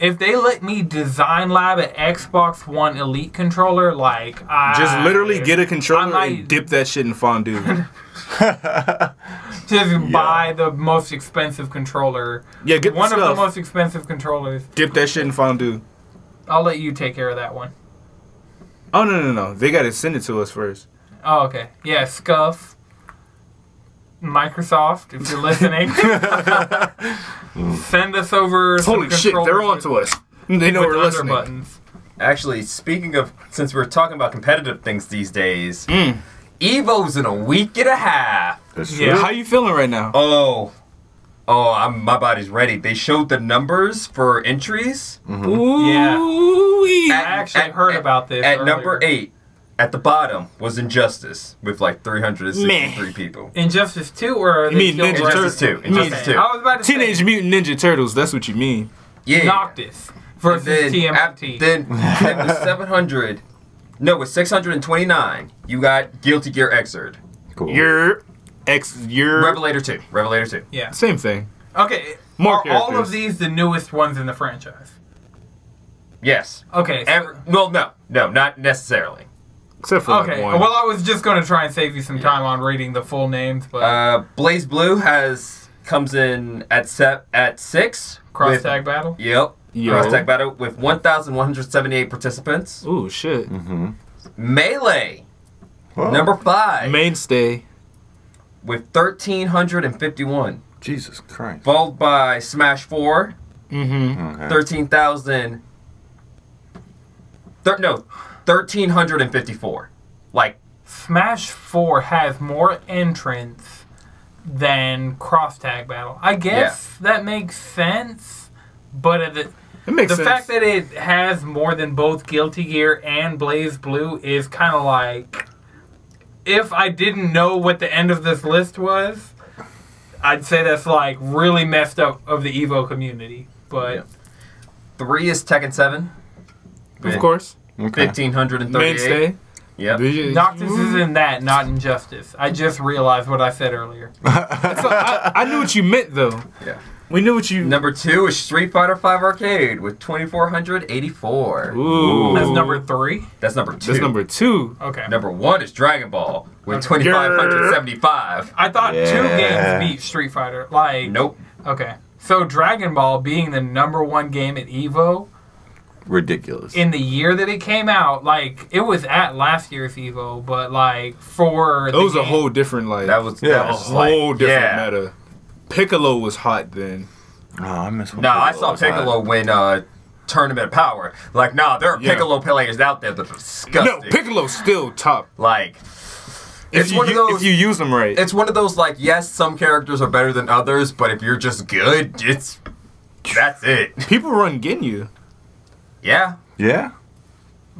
[SPEAKER 1] If they let me design lab an Xbox One Elite controller, like Ah, I
[SPEAKER 3] Just literally get a controller
[SPEAKER 1] might-
[SPEAKER 3] and dip that shit in fondue.
[SPEAKER 1] just buy the most expensive controller.
[SPEAKER 3] yeah, get
[SPEAKER 1] one of the
[SPEAKER 3] stuff.
[SPEAKER 1] most expensive controllers.
[SPEAKER 3] Dip that shit in fondue.
[SPEAKER 1] I'll let you take care of that one.
[SPEAKER 3] Oh no no no! They gotta send it to us first.
[SPEAKER 1] Oh, okay. Yeah, scuff. Microsoft, if you're listening,
[SPEAKER 2] Hmm.
[SPEAKER 1] send us over. some
[SPEAKER 3] Holy shit!
[SPEAKER 1] controllers
[SPEAKER 3] They're on to us. They know
[SPEAKER 1] with
[SPEAKER 3] we're
[SPEAKER 1] under
[SPEAKER 3] listening.
[SPEAKER 1] buttons.
[SPEAKER 2] Actually, speaking of, since we're talking about competitive things these days,
[SPEAKER 1] Hmm.
[SPEAKER 2] Evo's in a week and a half.
[SPEAKER 4] That's
[SPEAKER 1] Yeah.
[SPEAKER 4] true.
[SPEAKER 3] How you feeling right now?
[SPEAKER 2] Oh, oh, I'm, my body's ready. They showed the numbers for entries.
[SPEAKER 1] Hmm. I
[SPEAKER 3] Yeah.
[SPEAKER 1] actually heard
[SPEAKER 2] at-
[SPEAKER 1] about this
[SPEAKER 2] At number
[SPEAKER 1] earlier.
[SPEAKER 2] eight, at the bottom was Injustice with like 363 people.
[SPEAKER 1] Injustice Two, or are
[SPEAKER 3] You
[SPEAKER 1] they
[SPEAKER 3] mean
[SPEAKER 1] still
[SPEAKER 3] Ninja
[SPEAKER 1] working?
[SPEAKER 2] Injustice
[SPEAKER 3] Turtles.
[SPEAKER 2] two. Injustice
[SPEAKER 1] Okay,
[SPEAKER 2] two.
[SPEAKER 1] I was about to
[SPEAKER 3] Teenage
[SPEAKER 1] say
[SPEAKER 3] Mutant Ninja Turtles. That's what you mean.
[SPEAKER 2] Yeah.
[SPEAKER 1] Noctis versus
[SPEAKER 2] then, ap-
[SPEAKER 1] TMNT.
[SPEAKER 2] then, then with 700, no, with 629, you got Guilty Gear Xrd.
[SPEAKER 4] Cool.
[SPEAKER 3] Your ex. Your
[SPEAKER 2] Revelator 2. Revelator 2.
[SPEAKER 1] yeah.
[SPEAKER 3] same thing.
[SPEAKER 1] Okay.
[SPEAKER 3] More
[SPEAKER 1] are all of
[SPEAKER 3] characters.
[SPEAKER 1] these the newest ones in the franchise?
[SPEAKER 2] Yes.
[SPEAKER 1] Okay. so-
[SPEAKER 2] Every, well, no, no, not necessarily.
[SPEAKER 3] Except for like,
[SPEAKER 1] okay.
[SPEAKER 3] one.
[SPEAKER 1] Well, I was just going to try and save you some time on reading the full names, but
[SPEAKER 2] Uh, Blaze Blue has comes in at set at six.
[SPEAKER 1] cross
[SPEAKER 2] with-
[SPEAKER 1] tag battle.
[SPEAKER 2] Yep.
[SPEAKER 3] Yo.
[SPEAKER 2] Cross tag battle with 1,178 participants.
[SPEAKER 3] Ooh shit.
[SPEAKER 2] Mm-hmm. Melee,
[SPEAKER 4] Whoa.
[SPEAKER 2] number five,
[SPEAKER 3] Mainstay.
[SPEAKER 2] with 1,351.
[SPEAKER 4] Jesus Christ.
[SPEAKER 2] Followed by Smash 4,
[SPEAKER 3] Mm-hmm.
[SPEAKER 4] Okay.
[SPEAKER 2] 13,000. Thir- no, 1,354. Like,
[SPEAKER 1] Smash 4 has more entrants than Cross Tag Battle. I guess that makes sense, but at the,
[SPEAKER 3] It makes
[SPEAKER 1] the
[SPEAKER 3] sense.
[SPEAKER 1] fact that it has more than both Guilty Gear and Blaze Blue is kind of like if I didn't know what the end of this list was, I'd say that's like really messed up of the Evo community. But
[SPEAKER 2] Yeah. three is Tekken 7.
[SPEAKER 3] of course,
[SPEAKER 4] Okay.
[SPEAKER 2] 1,538.
[SPEAKER 3] mainstay.
[SPEAKER 2] Yep.
[SPEAKER 1] Noctis is in that, not Injustice. I just realized what I said earlier.
[SPEAKER 3] So, I, I knew what you meant though.
[SPEAKER 2] Yeah.
[SPEAKER 3] We knew what you.
[SPEAKER 2] Number two is Street Fighter Five Arcade with 2,484.
[SPEAKER 3] Ooh.
[SPEAKER 1] That's number three.
[SPEAKER 2] That's number two.
[SPEAKER 3] That's number two.
[SPEAKER 1] Okay.
[SPEAKER 2] Number one is Dragon Ball with
[SPEAKER 1] Okay.
[SPEAKER 2] 2,575.
[SPEAKER 1] I thought two
[SPEAKER 4] Yeah.
[SPEAKER 1] games beat Street Fighter. Like
[SPEAKER 2] Nope.
[SPEAKER 1] Okay. So Dragon Ball being the number one game at Evo
[SPEAKER 4] Ridiculous.
[SPEAKER 1] in the year that it came out, like it was at last year's Evo, but like for
[SPEAKER 3] It was a whole different like
[SPEAKER 2] That was
[SPEAKER 4] Yeah,
[SPEAKER 2] that
[SPEAKER 3] a
[SPEAKER 2] was just
[SPEAKER 3] whole
[SPEAKER 2] like,
[SPEAKER 3] different
[SPEAKER 2] yeah.
[SPEAKER 3] meta. Piccolo was hot then.
[SPEAKER 4] oh, I miss. when
[SPEAKER 2] Nah, I
[SPEAKER 4] Piccolo
[SPEAKER 2] saw
[SPEAKER 4] was hot.
[SPEAKER 2] Piccolo win uh, Tournament of Power. Like, nah, there are
[SPEAKER 3] Yeah.
[SPEAKER 2] Piccolo players out there that are
[SPEAKER 3] No,
[SPEAKER 2] disgusting.
[SPEAKER 3] Piccolo's still top.
[SPEAKER 2] like,
[SPEAKER 3] If
[SPEAKER 2] It's
[SPEAKER 3] you
[SPEAKER 2] one of
[SPEAKER 3] u-
[SPEAKER 2] those-
[SPEAKER 3] if you use them right.
[SPEAKER 2] it's one of those like, yes, some characters are better than others, but if you're just good, it's that's it.
[SPEAKER 3] People run Ginyu.
[SPEAKER 2] Yeah.
[SPEAKER 4] Yeah.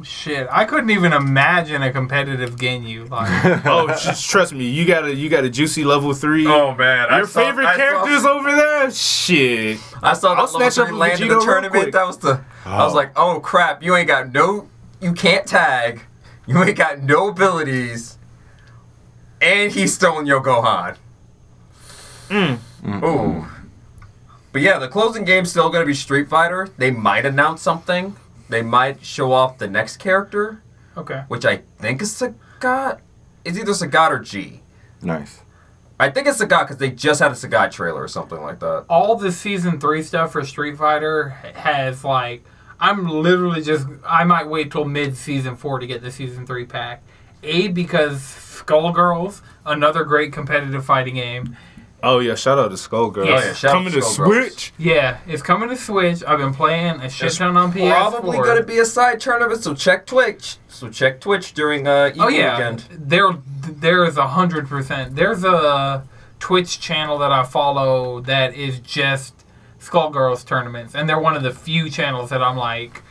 [SPEAKER 1] shit. I couldn't even imagine a competitive Ginyu. Like,
[SPEAKER 3] Oh, just trust me, you got a you got a juicy level three.
[SPEAKER 2] man,
[SPEAKER 3] Your favorite characters over there? Shit.
[SPEAKER 2] I saw that
[SPEAKER 3] I'll
[SPEAKER 2] level
[SPEAKER 3] snatch
[SPEAKER 2] three
[SPEAKER 3] up a
[SPEAKER 2] land in
[SPEAKER 3] Vegito
[SPEAKER 2] the
[SPEAKER 3] real
[SPEAKER 2] tournament.
[SPEAKER 3] quick.
[SPEAKER 2] That was the. I was
[SPEAKER 4] Oh.
[SPEAKER 2] like, oh crap, you ain't got no. You can't tag. You ain't got no abilities. And he's stolen your Gohan.
[SPEAKER 3] Mm.
[SPEAKER 2] Ooh. But yeah, the closing game's still gonna be Street Fighter. They might announce something. They might show off the next character,
[SPEAKER 1] okay,
[SPEAKER 2] which I think is Sagat. It's either Sagat or G.
[SPEAKER 4] Nice.
[SPEAKER 2] I think it's Sagat because they just had a Sagat trailer or something like that.
[SPEAKER 1] all the season three stuff for Street Fighter has like I'm literally just I might wait till mid season four to get the season three pack. A because Skullgirls, another great competitive fighting game.
[SPEAKER 3] Oh yeah, shout out to Skullgirls.
[SPEAKER 1] Yeah,
[SPEAKER 2] Oh, shout out
[SPEAKER 3] Coming
[SPEAKER 2] to
[SPEAKER 3] to
[SPEAKER 2] Skullgirls.
[SPEAKER 3] Switch.
[SPEAKER 1] Yeah, it's coming to Switch. I've been playing a shit
[SPEAKER 2] It's
[SPEAKER 1] ton on PS4.
[SPEAKER 2] Probably gonna be a side tournament, so check Twitch. So check Twitch during uh Evo
[SPEAKER 1] Oh yeah,
[SPEAKER 2] weekend.
[SPEAKER 1] there there's a hundred percent. There's a Twitch channel that I follow that is just Skullgirls tournaments, and they're one of the few channels that I'm like,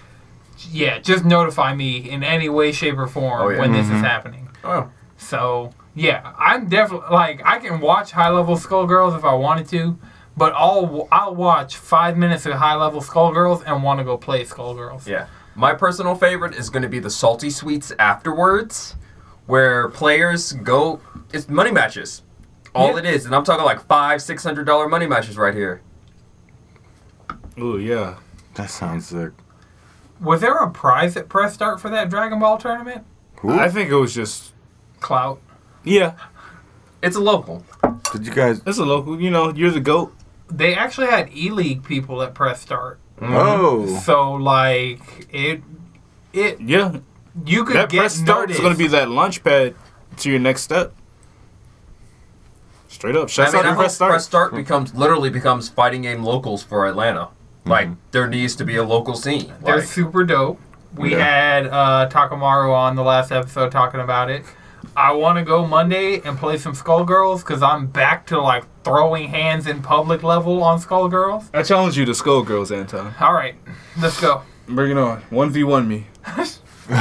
[SPEAKER 1] yeah, just notify me in any way, shape, or form
[SPEAKER 2] Oh, yeah.
[SPEAKER 1] when this is happening.
[SPEAKER 2] Oh.
[SPEAKER 1] So yeah, I'm definitely like I can watch high level Skullgirls if I wanted to, but I'll I'll watch five minutes of high level Skullgirls and want to go play Skullgirls.
[SPEAKER 2] Yeah. My personal favorite is gonna be the salty sweets afterwards, where players go it's money matches. All
[SPEAKER 1] Yeah.
[SPEAKER 2] it is, and I'm talking like five, six hundred dollar money matches right here.
[SPEAKER 3] Oh yeah.
[SPEAKER 4] That sounds sick.
[SPEAKER 1] Was there a prize at press start for that Dragon Ball tournament?
[SPEAKER 4] Who?
[SPEAKER 3] I think it was just
[SPEAKER 1] Clout.
[SPEAKER 3] Yeah.
[SPEAKER 2] It's a local.
[SPEAKER 4] Did you guys?
[SPEAKER 3] It's a local, you know, you're the GOAT.
[SPEAKER 1] they actually had E League people at press start.
[SPEAKER 4] Oh.
[SPEAKER 1] So like it, it
[SPEAKER 3] Yeah.
[SPEAKER 1] you could
[SPEAKER 3] That
[SPEAKER 1] get
[SPEAKER 3] press start is
[SPEAKER 1] noticed.
[SPEAKER 3] gonna be that launch pad to your next step. Straight up.
[SPEAKER 2] I
[SPEAKER 3] Shout
[SPEAKER 2] mean,
[SPEAKER 3] out
[SPEAKER 2] I
[SPEAKER 3] to
[SPEAKER 2] hope
[SPEAKER 3] press start.
[SPEAKER 2] press start becomes literally becomes fighting game locals for Atlanta. Like there needs to be a local scene.
[SPEAKER 1] They're
[SPEAKER 2] Like,
[SPEAKER 1] super dope. We
[SPEAKER 4] Yeah.
[SPEAKER 1] had uh, Takamaru on the last episode talking about it. I want to go Monday and play some Skullgirls because I'm back to like throwing hands in public level on Skullgirls.
[SPEAKER 3] I challenge you to Skullgirls, Anton.
[SPEAKER 1] All right, let's go.
[SPEAKER 3] Bring it on. One v one me.
[SPEAKER 1] if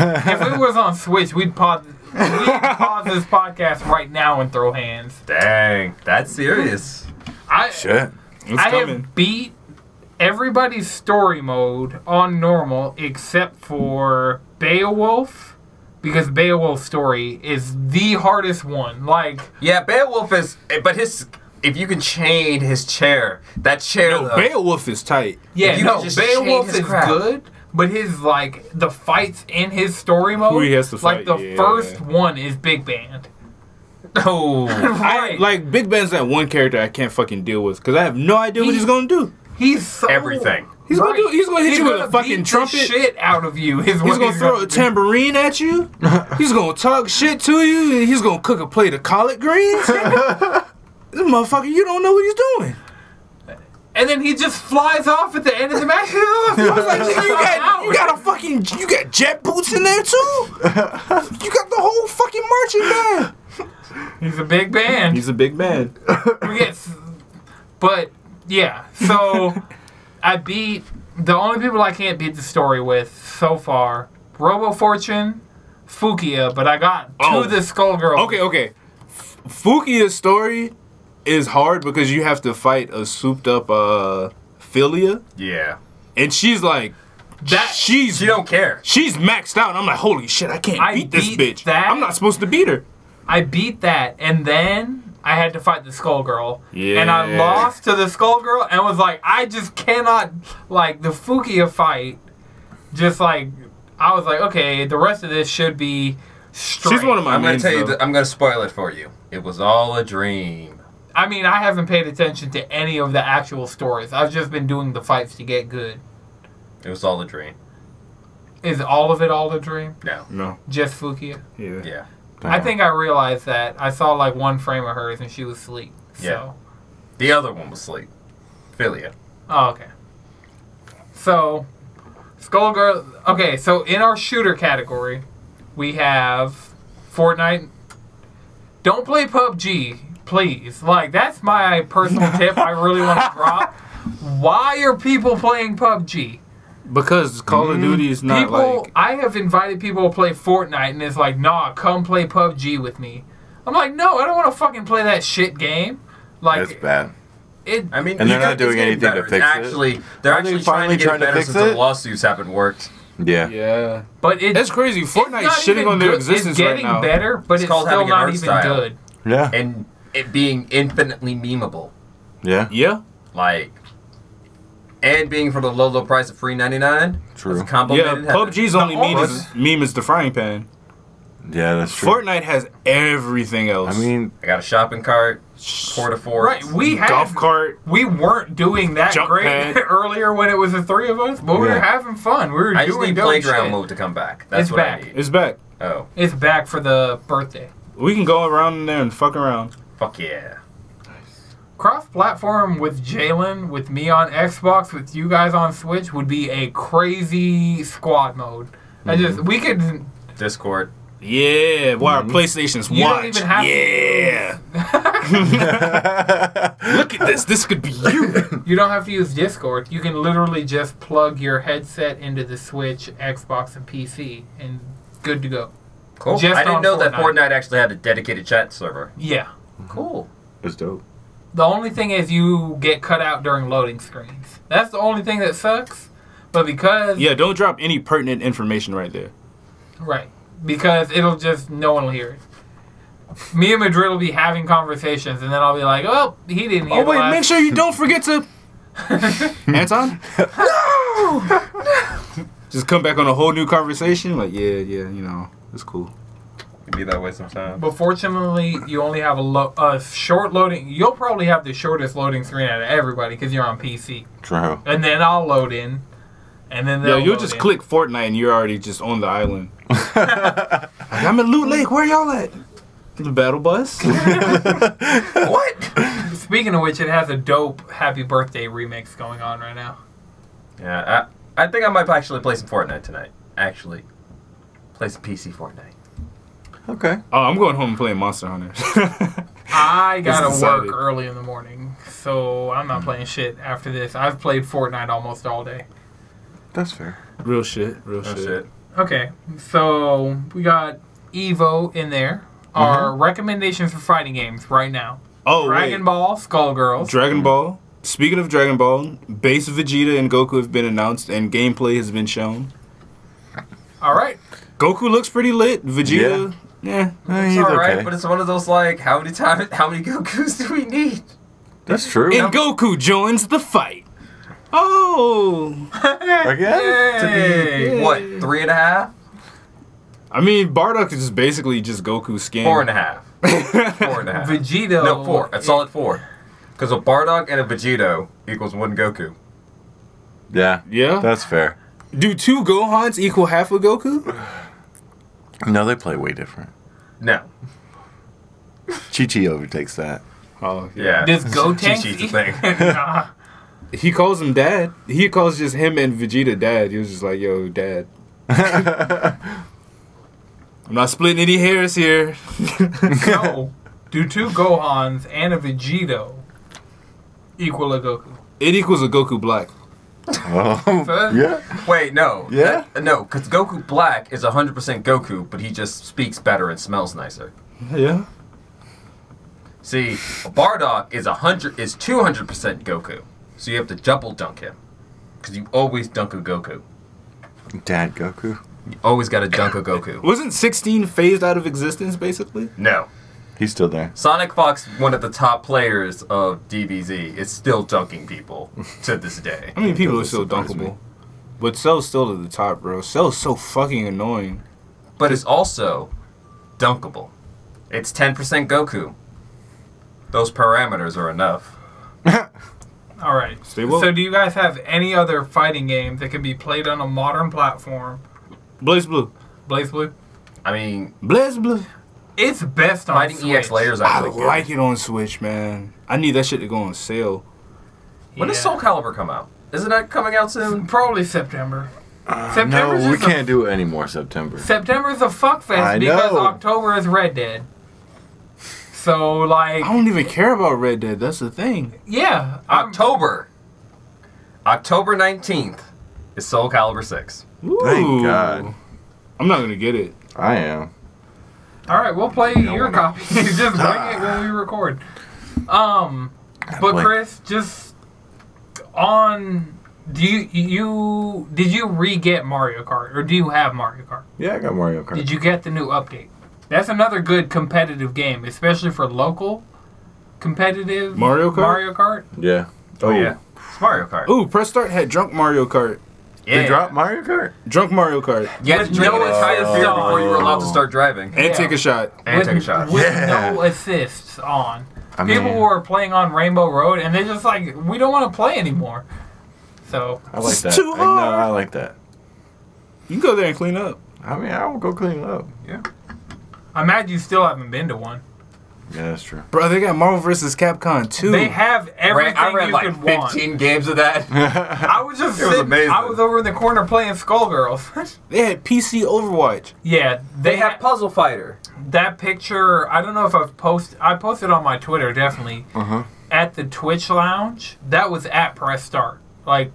[SPEAKER 1] it was on Switch, we'd pause, we'd pause this podcast right now and throw hands.
[SPEAKER 2] dang, that's serious.
[SPEAKER 1] I
[SPEAKER 4] Shit.
[SPEAKER 3] It's
[SPEAKER 1] I
[SPEAKER 3] coming.
[SPEAKER 1] have beat everybody's story mode on normal except for Beowulf because Beowulf's story is the hardest one. Like,
[SPEAKER 2] Yeah, Beowulf is, but his if you can chain his chair, that chair.
[SPEAKER 3] Yo,
[SPEAKER 1] Uh,
[SPEAKER 2] though,
[SPEAKER 3] Beowulf is tight.
[SPEAKER 1] yeah,
[SPEAKER 2] you
[SPEAKER 1] no,
[SPEAKER 2] could just change
[SPEAKER 1] Beowulf
[SPEAKER 2] his
[SPEAKER 1] is
[SPEAKER 2] crap.
[SPEAKER 1] good, but his like the fights in his story mode,
[SPEAKER 3] Who he has to
[SPEAKER 1] like
[SPEAKER 3] fight,
[SPEAKER 1] the
[SPEAKER 3] yeah.
[SPEAKER 1] first one is Big Band.
[SPEAKER 2] oh,
[SPEAKER 3] I, like Big Ben's that one character I can't fucking deal with because I have no idea what
[SPEAKER 1] He-
[SPEAKER 3] he's gonna do.
[SPEAKER 1] He's so
[SPEAKER 2] everything.
[SPEAKER 3] He's gonna do- he's gonna hit you with a
[SPEAKER 1] gonna
[SPEAKER 3] fucking
[SPEAKER 1] beat the
[SPEAKER 3] trumpet.
[SPEAKER 1] shit out of you. Is
[SPEAKER 3] He's gonna throw a
[SPEAKER 1] temper.
[SPEAKER 3] tambourine at you. he's gonna talk shit to you. And he's gonna cook a plate of collard greens. this motherfucker, you don't know what he's doing.
[SPEAKER 1] and then he just flies off at the end of the match. I was like,
[SPEAKER 3] You
[SPEAKER 1] "This is
[SPEAKER 3] got, you
[SPEAKER 1] out."
[SPEAKER 3] got a fucking, you got jet boots in there too. you got the whole fucking marching band.
[SPEAKER 1] He's a big band.
[SPEAKER 3] He's a big man.
[SPEAKER 1] Yes, but yeah. So I beat the only people I can't beat the story with so far: Robo Fortune, Fukia. But I got to
[SPEAKER 3] Oh.
[SPEAKER 1] the Skullgirl.
[SPEAKER 3] Okay, okay. F- Fukia's story is hard because you have to fight a souped up uh Philia,
[SPEAKER 2] Yeah,
[SPEAKER 3] and she's like,
[SPEAKER 1] That-
[SPEAKER 3] she's
[SPEAKER 2] she don't care.
[SPEAKER 3] she's maxed out. I'm like, holy shit, I can't
[SPEAKER 1] I
[SPEAKER 3] beat this
[SPEAKER 1] beat
[SPEAKER 3] bitch.
[SPEAKER 1] that.
[SPEAKER 3] I'm not supposed to beat her.
[SPEAKER 1] I beat that, and then I had to fight the Skullgirl. And I
[SPEAKER 3] Yeah.
[SPEAKER 1] lost to the Skullgirl, and was like, I just cannot like the Fukia fight. Just like I was like, okay, the rest of this should be. Straight.
[SPEAKER 3] She's one of my.
[SPEAKER 2] I'm gonna
[SPEAKER 3] mains,
[SPEAKER 2] tell you.
[SPEAKER 3] though.
[SPEAKER 2] That, I'm gonna spoil it for you. It was all a dream.
[SPEAKER 1] I mean, I haven't paid attention to any of the actual stories. I've just been doing the fights to get good.
[SPEAKER 2] It was all a dream.
[SPEAKER 1] Is all of it all a dream?
[SPEAKER 2] No.
[SPEAKER 3] No.
[SPEAKER 1] Just Fukia?
[SPEAKER 3] Yeah.
[SPEAKER 2] Yeah.
[SPEAKER 1] I think I realized that. I saw like one frame of hers and she was asleep.
[SPEAKER 2] Yeah.
[SPEAKER 1] So,
[SPEAKER 2] The other one was sleep. Philia.
[SPEAKER 1] oh, okay. So, Skullgirl. Okay, so in our shooter category, we have Fortnite. Don't play PUBG, please. Like, that's my personal tip I really want to drop. Why are people playing PUBG?
[SPEAKER 3] Because Call of Duty is not
[SPEAKER 1] people,
[SPEAKER 3] like
[SPEAKER 1] I have invited people to play Fortnite, and it's like, nah, come play PUBG with me. I'm like, no, I don't want to fucking play that shit game. Like,
[SPEAKER 4] That's bad.
[SPEAKER 1] it.
[SPEAKER 2] I mean,
[SPEAKER 4] And they're
[SPEAKER 2] it's-
[SPEAKER 4] not
[SPEAKER 2] it's
[SPEAKER 4] doing
[SPEAKER 2] getting
[SPEAKER 4] anything to
[SPEAKER 2] better. It's
[SPEAKER 4] fix it.
[SPEAKER 2] Actually, they're
[SPEAKER 4] Are they
[SPEAKER 2] actually
[SPEAKER 4] finally
[SPEAKER 2] trying to get
[SPEAKER 4] trying to
[SPEAKER 2] better
[SPEAKER 4] fix
[SPEAKER 2] since the
[SPEAKER 4] it?
[SPEAKER 2] lawsuits haven't worked.
[SPEAKER 4] Yeah.
[SPEAKER 3] Yeah.
[SPEAKER 1] But it,
[SPEAKER 3] That's crazy. Fortnite
[SPEAKER 1] not
[SPEAKER 3] shitting
[SPEAKER 1] even
[SPEAKER 3] on their
[SPEAKER 1] good. It's
[SPEAKER 3] existence right
[SPEAKER 1] getting
[SPEAKER 3] now.
[SPEAKER 1] better, but it's,
[SPEAKER 2] It's called
[SPEAKER 1] still
[SPEAKER 2] having an
[SPEAKER 1] not
[SPEAKER 2] art
[SPEAKER 1] even
[SPEAKER 2] style.
[SPEAKER 1] good.
[SPEAKER 4] Yeah.
[SPEAKER 2] and it being infinitely memeable,
[SPEAKER 4] Yeah.
[SPEAKER 3] Yeah.
[SPEAKER 2] like, and being for the low low price of free ninety nine.
[SPEAKER 4] True.
[SPEAKER 2] That's complimented.
[SPEAKER 3] Yeah. PUBG's only meme is,
[SPEAKER 1] almost-
[SPEAKER 3] meme is the frying pan.
[SPEAKER 4] Yeah, that's true.
[SPEAKER 3] Fortnite has everything else.
[SPEAKER 4] I mean,
[SPEAKER 2] I got a shopping cart, quarter four.
[SPEAKER 1] Right, we had
[SPEAKER 3] golf cart.
[SPEAKER 1] We weren't doing that
[SPEAKER 3] Jump
[SPEAKER 1] great
[SPEAKER 3] pad.
[SPEAKER 1] earlier when it was the three of us, but we were
[SPEAKER 4] Yeah.
[SPEAKER 1] having fun. We were
[SPEAKER 2] I just
[SPEAKER 1] doing
[SPEAKER 2] need
[SPEAKER 1] dope
[SPEAKER 2] playground
[SPEAKER 1] shit.
[SPEAKER 2] mode to come back. That's
[SPEAKER 1] It's
[SPEAKER 2] what
[SPEAKER 1] back.
[SPEAKER 2] I need.
[SPEAKER 3] It's back.
[SPEAKER 2] Oh,
[SPEAKER 1] It's back for the birthday.
[SPEAKER 3] We can go around in there and fuck around.
[SPEAKER 2] fuck yeah!
[SPEAKER 1] Cross platform with Jalen, with me on Xbox, with you guys on Switch would be a crazy squad mode. I just
[SPEAKER 2] Mm-hmm.
[SPEAKER 1] we could
[SPEAKER 2] Discord.
[SPEAKER 3] Yeah, boy, our PlayStation's
[SPEAKER 1] You don't
[SPEAKER 3] watch.
[SPEAKER 1] even have to-
[SPEAKER 3] yeah. Look at this. This could be you.
[SPEAKER 1] you don't have to use Discord. You can literally just plug your headset into the Switch, Xbox, and PC, and good to go.
[SPEAKER 2] Cool.
[SPEAKER 1] Just
[SPEAKER 2] I didn't
[SPEAKER 1] on
[SPEAKER 2] know that
[SPEAKER 1] Fortnite. Mm-hmm.
[SPEAKER 2] Fortnite actually had a dedicated chat server.
[SPEAKER 1] Yeah.
[SPEAKER 2] Cool.
[SPEAKER 4] it's dope.
[SPEAKER 1] The only thing is you get cut out during loading screens. That's the only thing that sucks. But because
[SPEAKER 3] yeah, don't drop any pertinent information right there.
[SPEAKER 1] Right. Because it'll just no one will hear it. Me and Madrid will be having conversations, and then I'll be like, "Oh, he didn't hear."
[SPEAKER 3] Oh
[SPEAKER 1] the
[SPEAKER 3] wait,
[SPEAKER 1] last-
[SPEAKER 3] make sure you don't forget to. Anton. no. Just come back on a whole new conversation. Like, yeah, yeah, you know, it's cool.
[SPEAKER 2] It'd be that way sometimes.
[SPEAKER 1] But fortunately, you only have a, lo- a short loading. You'll probably have the shortest loading screen out of everybody because you're on PC,
[SPEAKER 4] True.
[SPEAKER 1] and then I'll load in, and then
[SPEAKER 3] Yo,
[SPEAKER 1] they'll
[SPEAKER 3] you'll
[SPEAKER 1] load
[SPEAKER 3] just
[SPEAKER 1] in.
[SPEAKER 3] click Fortnite and you're already just on the island. Like, I'm in Loot Lake. Where y'all at? The battle bus.
[SPEAKER 2] what?
[SPEAKER 1] Speaking of which, it has a dope Happy Birthday remix going on right now.
[SPEAKER 2] Yeah, I, I think I might actually play some Fortnite tonight. Actually, play some PC Fortnite.
[SPEAKER 4] Okay.
[SPEAKER 3] Oh, I'm going home and playing Monster Hunter.
[SPEAKER 1] I gotta
[SPEAKER 3] It's
[SPEAKER 1] work
[SPEAKER 3] decided.
[SPEAKER 1] early in the morning, so I'm not playing shit after this. I've played Fortnite almost all day.
[SPEAKER 4] That's fair.
[SPEAKER 3] real shit. Real
[SPEAKER 4] Oh,
[SPEAKER 3] shit.
[SPEAKER 1] Okay, so we got Evo in there. Our recommendations for fighting games right now:
[SPEAKER 3] Oh,
[SPEAKER 1] Dragon
[SPEAKER 3] Mm-hmm. wait.
[SPEAKER 1] Ball, Skullgirls.
[SPEAKER 3] Dragon Ball. Speaking of Dragon Ball, base Vegeta and Goku have been announced and gameplay has been shown.
[SPEAKER 1] all right,
[SPEAKER 3] Goku looks pretty lit. Vegeta, yeah.
[SPEAKER 4] Eh,
[SPEAKER 2] It's
[SPEAKER 4] he's
[SPEAKER 2] all right,
[SPEAKER 4] okay.
[SPEAKER 2] but it's one of those like, how many times, how many Goku's do we need?
[SPEAKER 4] That's true.
[SPEAKER 3] And Goku joins the fight. Oh,
[SPEAKER 4] Again?
[SPEAKER 2] To
[SPEAKER 1] Yay.
[SPEAKER 2] be what three and a half,
[SPEAKER 3] I mean Bardock is basically just Goku's skin.
[SPEAKER 2] four and a half, four and a half.
[SPEAKER 1] Vegito.
[SPEAKER 2] no, four. A solid four. Because a Bardock and a Vegito equals one Goku.
[SPEAKER 4] Yeah.
[SPEAKER 3] Yeah.
[SPEAKER 4] That's fair.
[SPEAKER 3] Do two Gohans equal half of Goku?
[SPEAKER 4] No, they play way different.
[SPEAKER 2] No.
[SPEAKER 4] Chi Chi overtakes that.
[SPEAKER 3] Oh
[SPEAKER 2] Yeah.
[SPEAKER 1] Does Gotenks
[SPEAKER 2] Chi-Chi's a
[SPEAKER 1] eat-
[SPEAKER 2] thing.
[SPEAKER 1] Nah.
[SPEAKER 3] He calls him dad. He calls just him and Vegeta dad. He was just like, yo, dad. I'm not splitting any hairs here.
[SPEAKER 1] No. Do two Gohans and a Vegito equal a Goku?
[SPEAKER 3] It equals a Goku Black.
[SPEAKER 4] Oh, yeah.
[SPEAKER 2] Wait, no.
[SPEAKER 4] Yeah?
[SPEAKER 2] That- no, because Goku Black is 100% Goku, but he just speaks better and smells nicer.
[SPEAKER 3] Yeah.
[SPEAKER 2] See, a Bardock is 100 is 200% Goku. So you have to double dunk him. Because you always dunk a Goku.
[SPEAKER 4] Dad Goku.
[SPEAKER 2] You always got to dunk a Goku.
[SPEAKER 3] Wasn't 16 phased out of existence, basically?
[SPEAKER 2] No.
[SPEAKER 4] He's still there.
[SPEAKER 2] Sonic Fox, one of the top players of DBZ, is still dunking people to this day.
[SPEAKER 3] I mean, people are still
[SPEAKER 4] surprise me.
[SPEAKER 3] dunkable. But Cell's still to the top, bro. Cell's so fucking annoying.
[SPEAKER 2] But it's also dunkable. It's 10% Goku. Those parameters are enough.
[SPEAKER 1] All right.
[SPEAKER 3] Stay woke.
[SPEAKER 1] So, do you guys have any other fighting games that can be played on a modern platform?
[SPEAKER 3] Blaze Blue.
[SPEAKER 1] Blaze Blue.
[SPEAKER 2] I mean,
[SPEAKER 3] Blaze Blue.
[SPEAKER 1] It's best on
[SPEAKER 2] fighting
[SPEAKER 1] Oh, Switch.
[SPEAKER 2] EX layers
[SPEAKER 3] I
[SPEAKER 2] actually good.
[SPEAKER 3] like it on Switch, man. I need that shit to go on sale.
[SPEAKER 2] When does
[SPEAKER 1] Yeah.
[SPEAKER 2] Soul Calibur come out? Isn't that coming out soon?
[SPEAKER 1] Probably September.
[SPEAKER 4] Uh, No,
[SPEAKER 1] September's
[SPEAKER 4] we
[SPEAKER 1] just a-
[SPEAKER 4] can't do it anymore. September.
[SPEAKER 1] September's a fuckfest
[SPEAKER 4] I
[SPEAKER 1] because
[SPEAKER 4] know.
[SPEAKER 1] October is Red Dead. So like,
[SPEAKER 3] I don't even care about Red Dead. That's the thing.
[SPEAKER 1] yeah, I'm-
[SPEAKER 2] October. October 19th is Soul Calibur 6.
[SPEAKER 3] Ooh.
[SPEAKER 4] God.
[SPEAKER 3] I'm not gonna get it.
[SPEAKER 4] I am.
[SPEAKER 1] All right, we'll play your
[SPEAKER 4] wanna-
[SPEAKER 1] copy. just bring it when we record. Um, but
[SPEAKER 4] play.
[SPEAKER 1] Chris, just on. Do you you did you re-get Mario Kart or do you have Mario Kart?
[SPEAKER 4] Yeah, I got Mario Kart.
[SPEAKER 1] Did you get the new update? That's another good competitive game, especially for local competitive
[SPEAKER 3] Mario Kart?
[SPEAKER 1] Mario Kart.
[SPEAKER 4] yeah.
[SPEAKER 2] Oh, yeah. It's Mario Kart.
[SPEAKER 3] Ooh, Press Start had Drunk Mario Kart.
[SPEAKER 2] yeah.
[SPEAKER 4] They dropped Mario Kart.
[SPEAKER 3] Drunk Mario Kart.
[SPEAKER 2] You had to
[SPEAKER 1] With
[SPEAKER 2] drink
[SPEAKER 1] no
[SPEAKER 2] an entire
[SPEAKER 1] assist
[SPEAKER 2] beer
[SPEAKER 1] on.
[SPEAKER 2] before you were allowed to start driving.
[SPEAKER 3] And
[SPEAKER 1] Yeah.
[SPEAKER 3] take a shot.
[SPEAKER 2] And
[SPEAKER 1] with,
[SPEAKER 2] take a shot.
[SPEAKER 1] with
[SPEAKER 4] Yeah.
[SPEAKER 1] no assists on.
[SPEAKER 4] I
[SPEAKER 1] People
[SPEAKER 4] mean-
[SPEAKER 1] were playing on Rainbow Road, and they're just like, we don't want to play anymore. So
[SPEAKER 4] I like
[SPEAKER 3] It's
[SPEAKER 4] that.
[SPEAKER 3] too
[SPEAKER 4] I- No,
[SPEAKER 3] hard.
[SPEAKER 4] I like that.
[SPEAKER 3] You can go there and clean up.
[SPEAKER 4] I mean, I will go clean up.
[SPEAKER 1] I'm mad you still haven't been to one.
[SPEAKER 4] Yeah, that's true.
[SPEAKER 3] Bro, they got Marvel vs. Capcom 2.
[SPEAKER 1] They have everything
[SPEAKER 2] I read
[SPEAKER 1] you
[SPEAKER 2] like
[SPEAKER 1] could want.
[SPEAKER 2] 15 games of that.
[SPEAKER 1] I was just
[SPEAKER 2] It was
[SPEAKER 1] sitting,
[SPEAKER 2] amazing.
[SPEAKER 1] I was over in the corner playing Skullgirls.
[SPEAKER 3] They had PC Overwatch.
[SPEAKER 1] yeah, they,
[SPEAKER 2] They
[SPEAKER 1] have
[SPEAKER 2] have Puzzle Fighter.
[SPEAKER 1] that picture. I don't know if I've posted. I posted on my Twitter definitely
[SPEAKER 4] Uh-huh.
[SPEAKER 1] at the Twitch Lounge. That was at press start. Like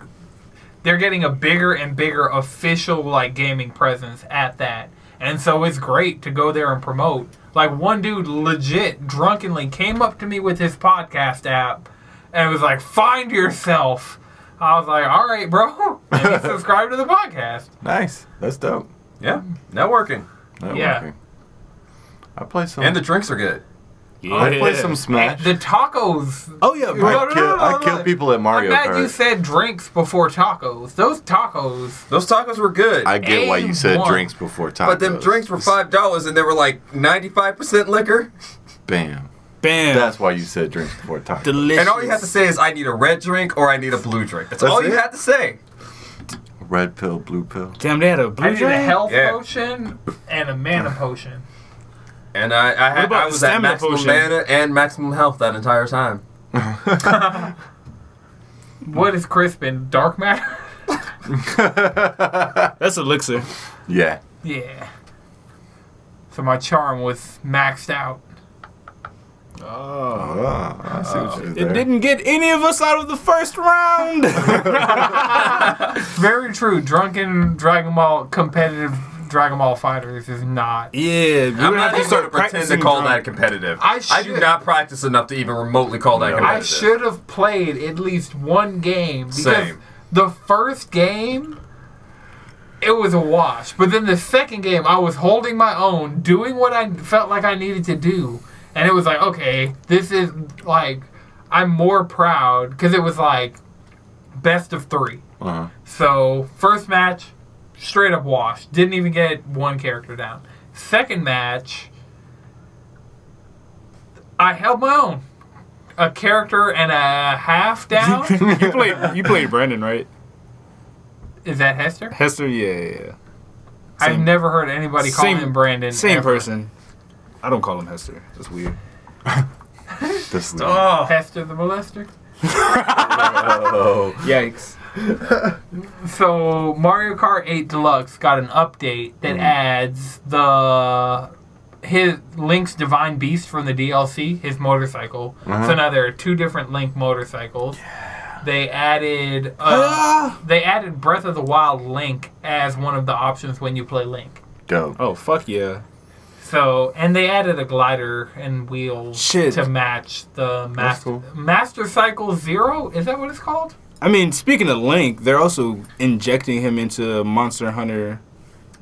[SPEAKER 1] they're getting a bigger and bigger official like gaming presence at that, and so it's great to go there and promote. Like one dude legit drunkenly came up to me with his podcast app and was like, "Find yourself." I was like, "All right, bro," and he subscribed to the podcast.
[SPEAKER 4] Nice. That's dope.
[SPEAKER 2] Yeah. Networking.
[SPEAKER 4] That
[SPEAKER 1] Yeah.
[SPEAKER 4] working. I play some.
[SPEAKER 2] And the drinks are good.
[SPEAKER 4] Oh, I play some Smash.
[SPEAKER 1] The tacos
[SPEAKER 3] Oh, yeah,
[SPEAKER 4] I,
[SPEAKER 3] bro.
[SPEAKER 1] no,
[SPEAKER 4] kill,
[SPEAKER 1] no, no,
[SPEAKER 4] I
[SPEAKER 1] no,
[SPEAKER 4] kill
[SPEAKER 1] no.
[SPEAKER 4] people at Mario
[SPEAKER 1] I'm glad you
[SPEAKER 4] Kart.
[SPEAKER 1] said drinks before tacos. Those tacos.
[SPEAKER 2] Those tacos were good.
[SPEAKER 4] I get why you said
[SPEAKER 1] A1.
[SPEAKER 4] drinks before tacos.
[SPEAKER 2] but them drinks were $5 and they were like 95% liquor.
[SPEAKER 4] Bam.
[SPEAKER 3] Bam.
[SPEAKER 4] That's why you said drinks before tacos.
[SPEAKER 3] delicious.
[SPEAKER 2] And all you had to say is, I need a red drink or I need a blue drink. That's,
[SPEAKER 4] That's
[SPEAKER 2] all you
[SPEAKER 4] it?
[SPEAKER 2] had to say.
[SPEAKER 4] Red pill, blue pill.
[SPEAKER 3] Damn, they had a
[SPEAKER 1] I
[SPEAKER 3] blue
[SPEAKER 1] need a
[SPEAKER 3] drink?
[SPEAKER 1] health
[SPEAKER 2] Yeah.
[SPEAKER 1] potion and a mana potion.
[SPEAKER 2] And I, I, had,
[SPEAKER 3] about
[SPEAKER 2] I
[SPEAKER 3] the
[SPEAKER 2] was at
[SPEAKER 3] stamina
[SPEAKER 2] maximum
[SPEAKER 3] potion?
[SPEAKER 2] mana and maximum health that entire time.
[SPEAKER 1] What is Chris been? Dark matter?
[SPEAKER 3] That's elixir.
[SPEAKER 4] Yeah.
[SPEAKER 1] yeah. So my charm was maxed out.
[SPEAKER 3] Oh.
[SPEAKER 4] Oh, I see what you did
[SPEAKER 3] It
[SPEAKER 4] there.
[SPEAKER 3] didn't get any of us out of the first round.
[SPEAKER 1] Very true. Drunken Dragon Ball competitive Dragon Ball fighters is not.
[SPEAKER 3] yeah, we're
[SPEAKER 2] I'm
[SPEAKER 3] have
[SPEAKER 2] not
[SPEAKER 3] to
[SPEAKER 2] even going to
[SPEAKER 3] start
[SPEAKER 2] pretend to
[SPEAKER 3] practicing.
[SPEAKER 2] call
[SPEAKER 3] drunk.
[SPEAKER 2] that competitive.
[SPEAKER 1] I
[SPEAKER 2] do
[SPEAKER 1] should.
[SPEAKER 2] not practice enough to even remotely call that
[SPEAKER 4] No.
[SPEAKER 1] I
[SPEAKER 2] competitive.
[SPEAKER 1] should have played at least one game because
[SPEAKER 2] Same.
[SPEAKER 1] the first game it was a wash, but then the second game I was holding my own, doing what I felt like I needed to do, and it was like, okay, this is like I'm more proud because it was like best of three.
[SPEAKER 4] Uh-huh.
[SPEAKER 1] So first match, straight up wash. Didn't even get one character down. Second match, I held my own. A character and a half down.
[SPEAKER 3] you played. You played Brandon, right?
[SPEAKER 1] Is that Hester?
[SPEAKER 3] Hester. Yeah, yeah. yeah.
[SPEAKER 1] I've
[SPEAKER 3] Same-
[SPEAKER 1] never heard anybody call
[SPEAKER 3] same-
[SPEAKER 1] him Brandon.
[SPEAKER 3] Same
[SPEAKER 1] ever.
[SPEAKER 3] person. I don't call him Hester. That's weird.
[SPEAKER 4] This is-
[SPEAKER 2] Oh,
[SPEAKER 1] Hester the molester.
[SPEAKER 5] Oh,
[SPEAKER 3] Yikes.
[SPEAKER 1] So Mario Kart 8 Deluxe got an update that
[SPEAKER 3] Hmm.
[SPEAKER 1] adds the his Link's Divine Beast from the DLC, his motorcycle.
[SPEAKER 3] Uh-huh.
[SPEAKER 1] So now there are two different Link motorcycles. They added
[SPEAKER 3] Ah!
[SPEAKER 1] uh, they added Breath of the Wild Link as one of the options when you play Link.
[SPEAKER 4] dope.
[SPEAKER 3] Oh fuck yeah.
[SPEAKER 1] So and they added a glider and wheels
[SPEAKER 3] Shit.
[SPEAKER 1] to match the master
[SPEAKER 4] cool.
[SPEAKER 1] Master Cycle Zero. Is that what it's called?
[SPEAKER 3] I mean, speaking of Link, they're also injecting him into Monster Hunter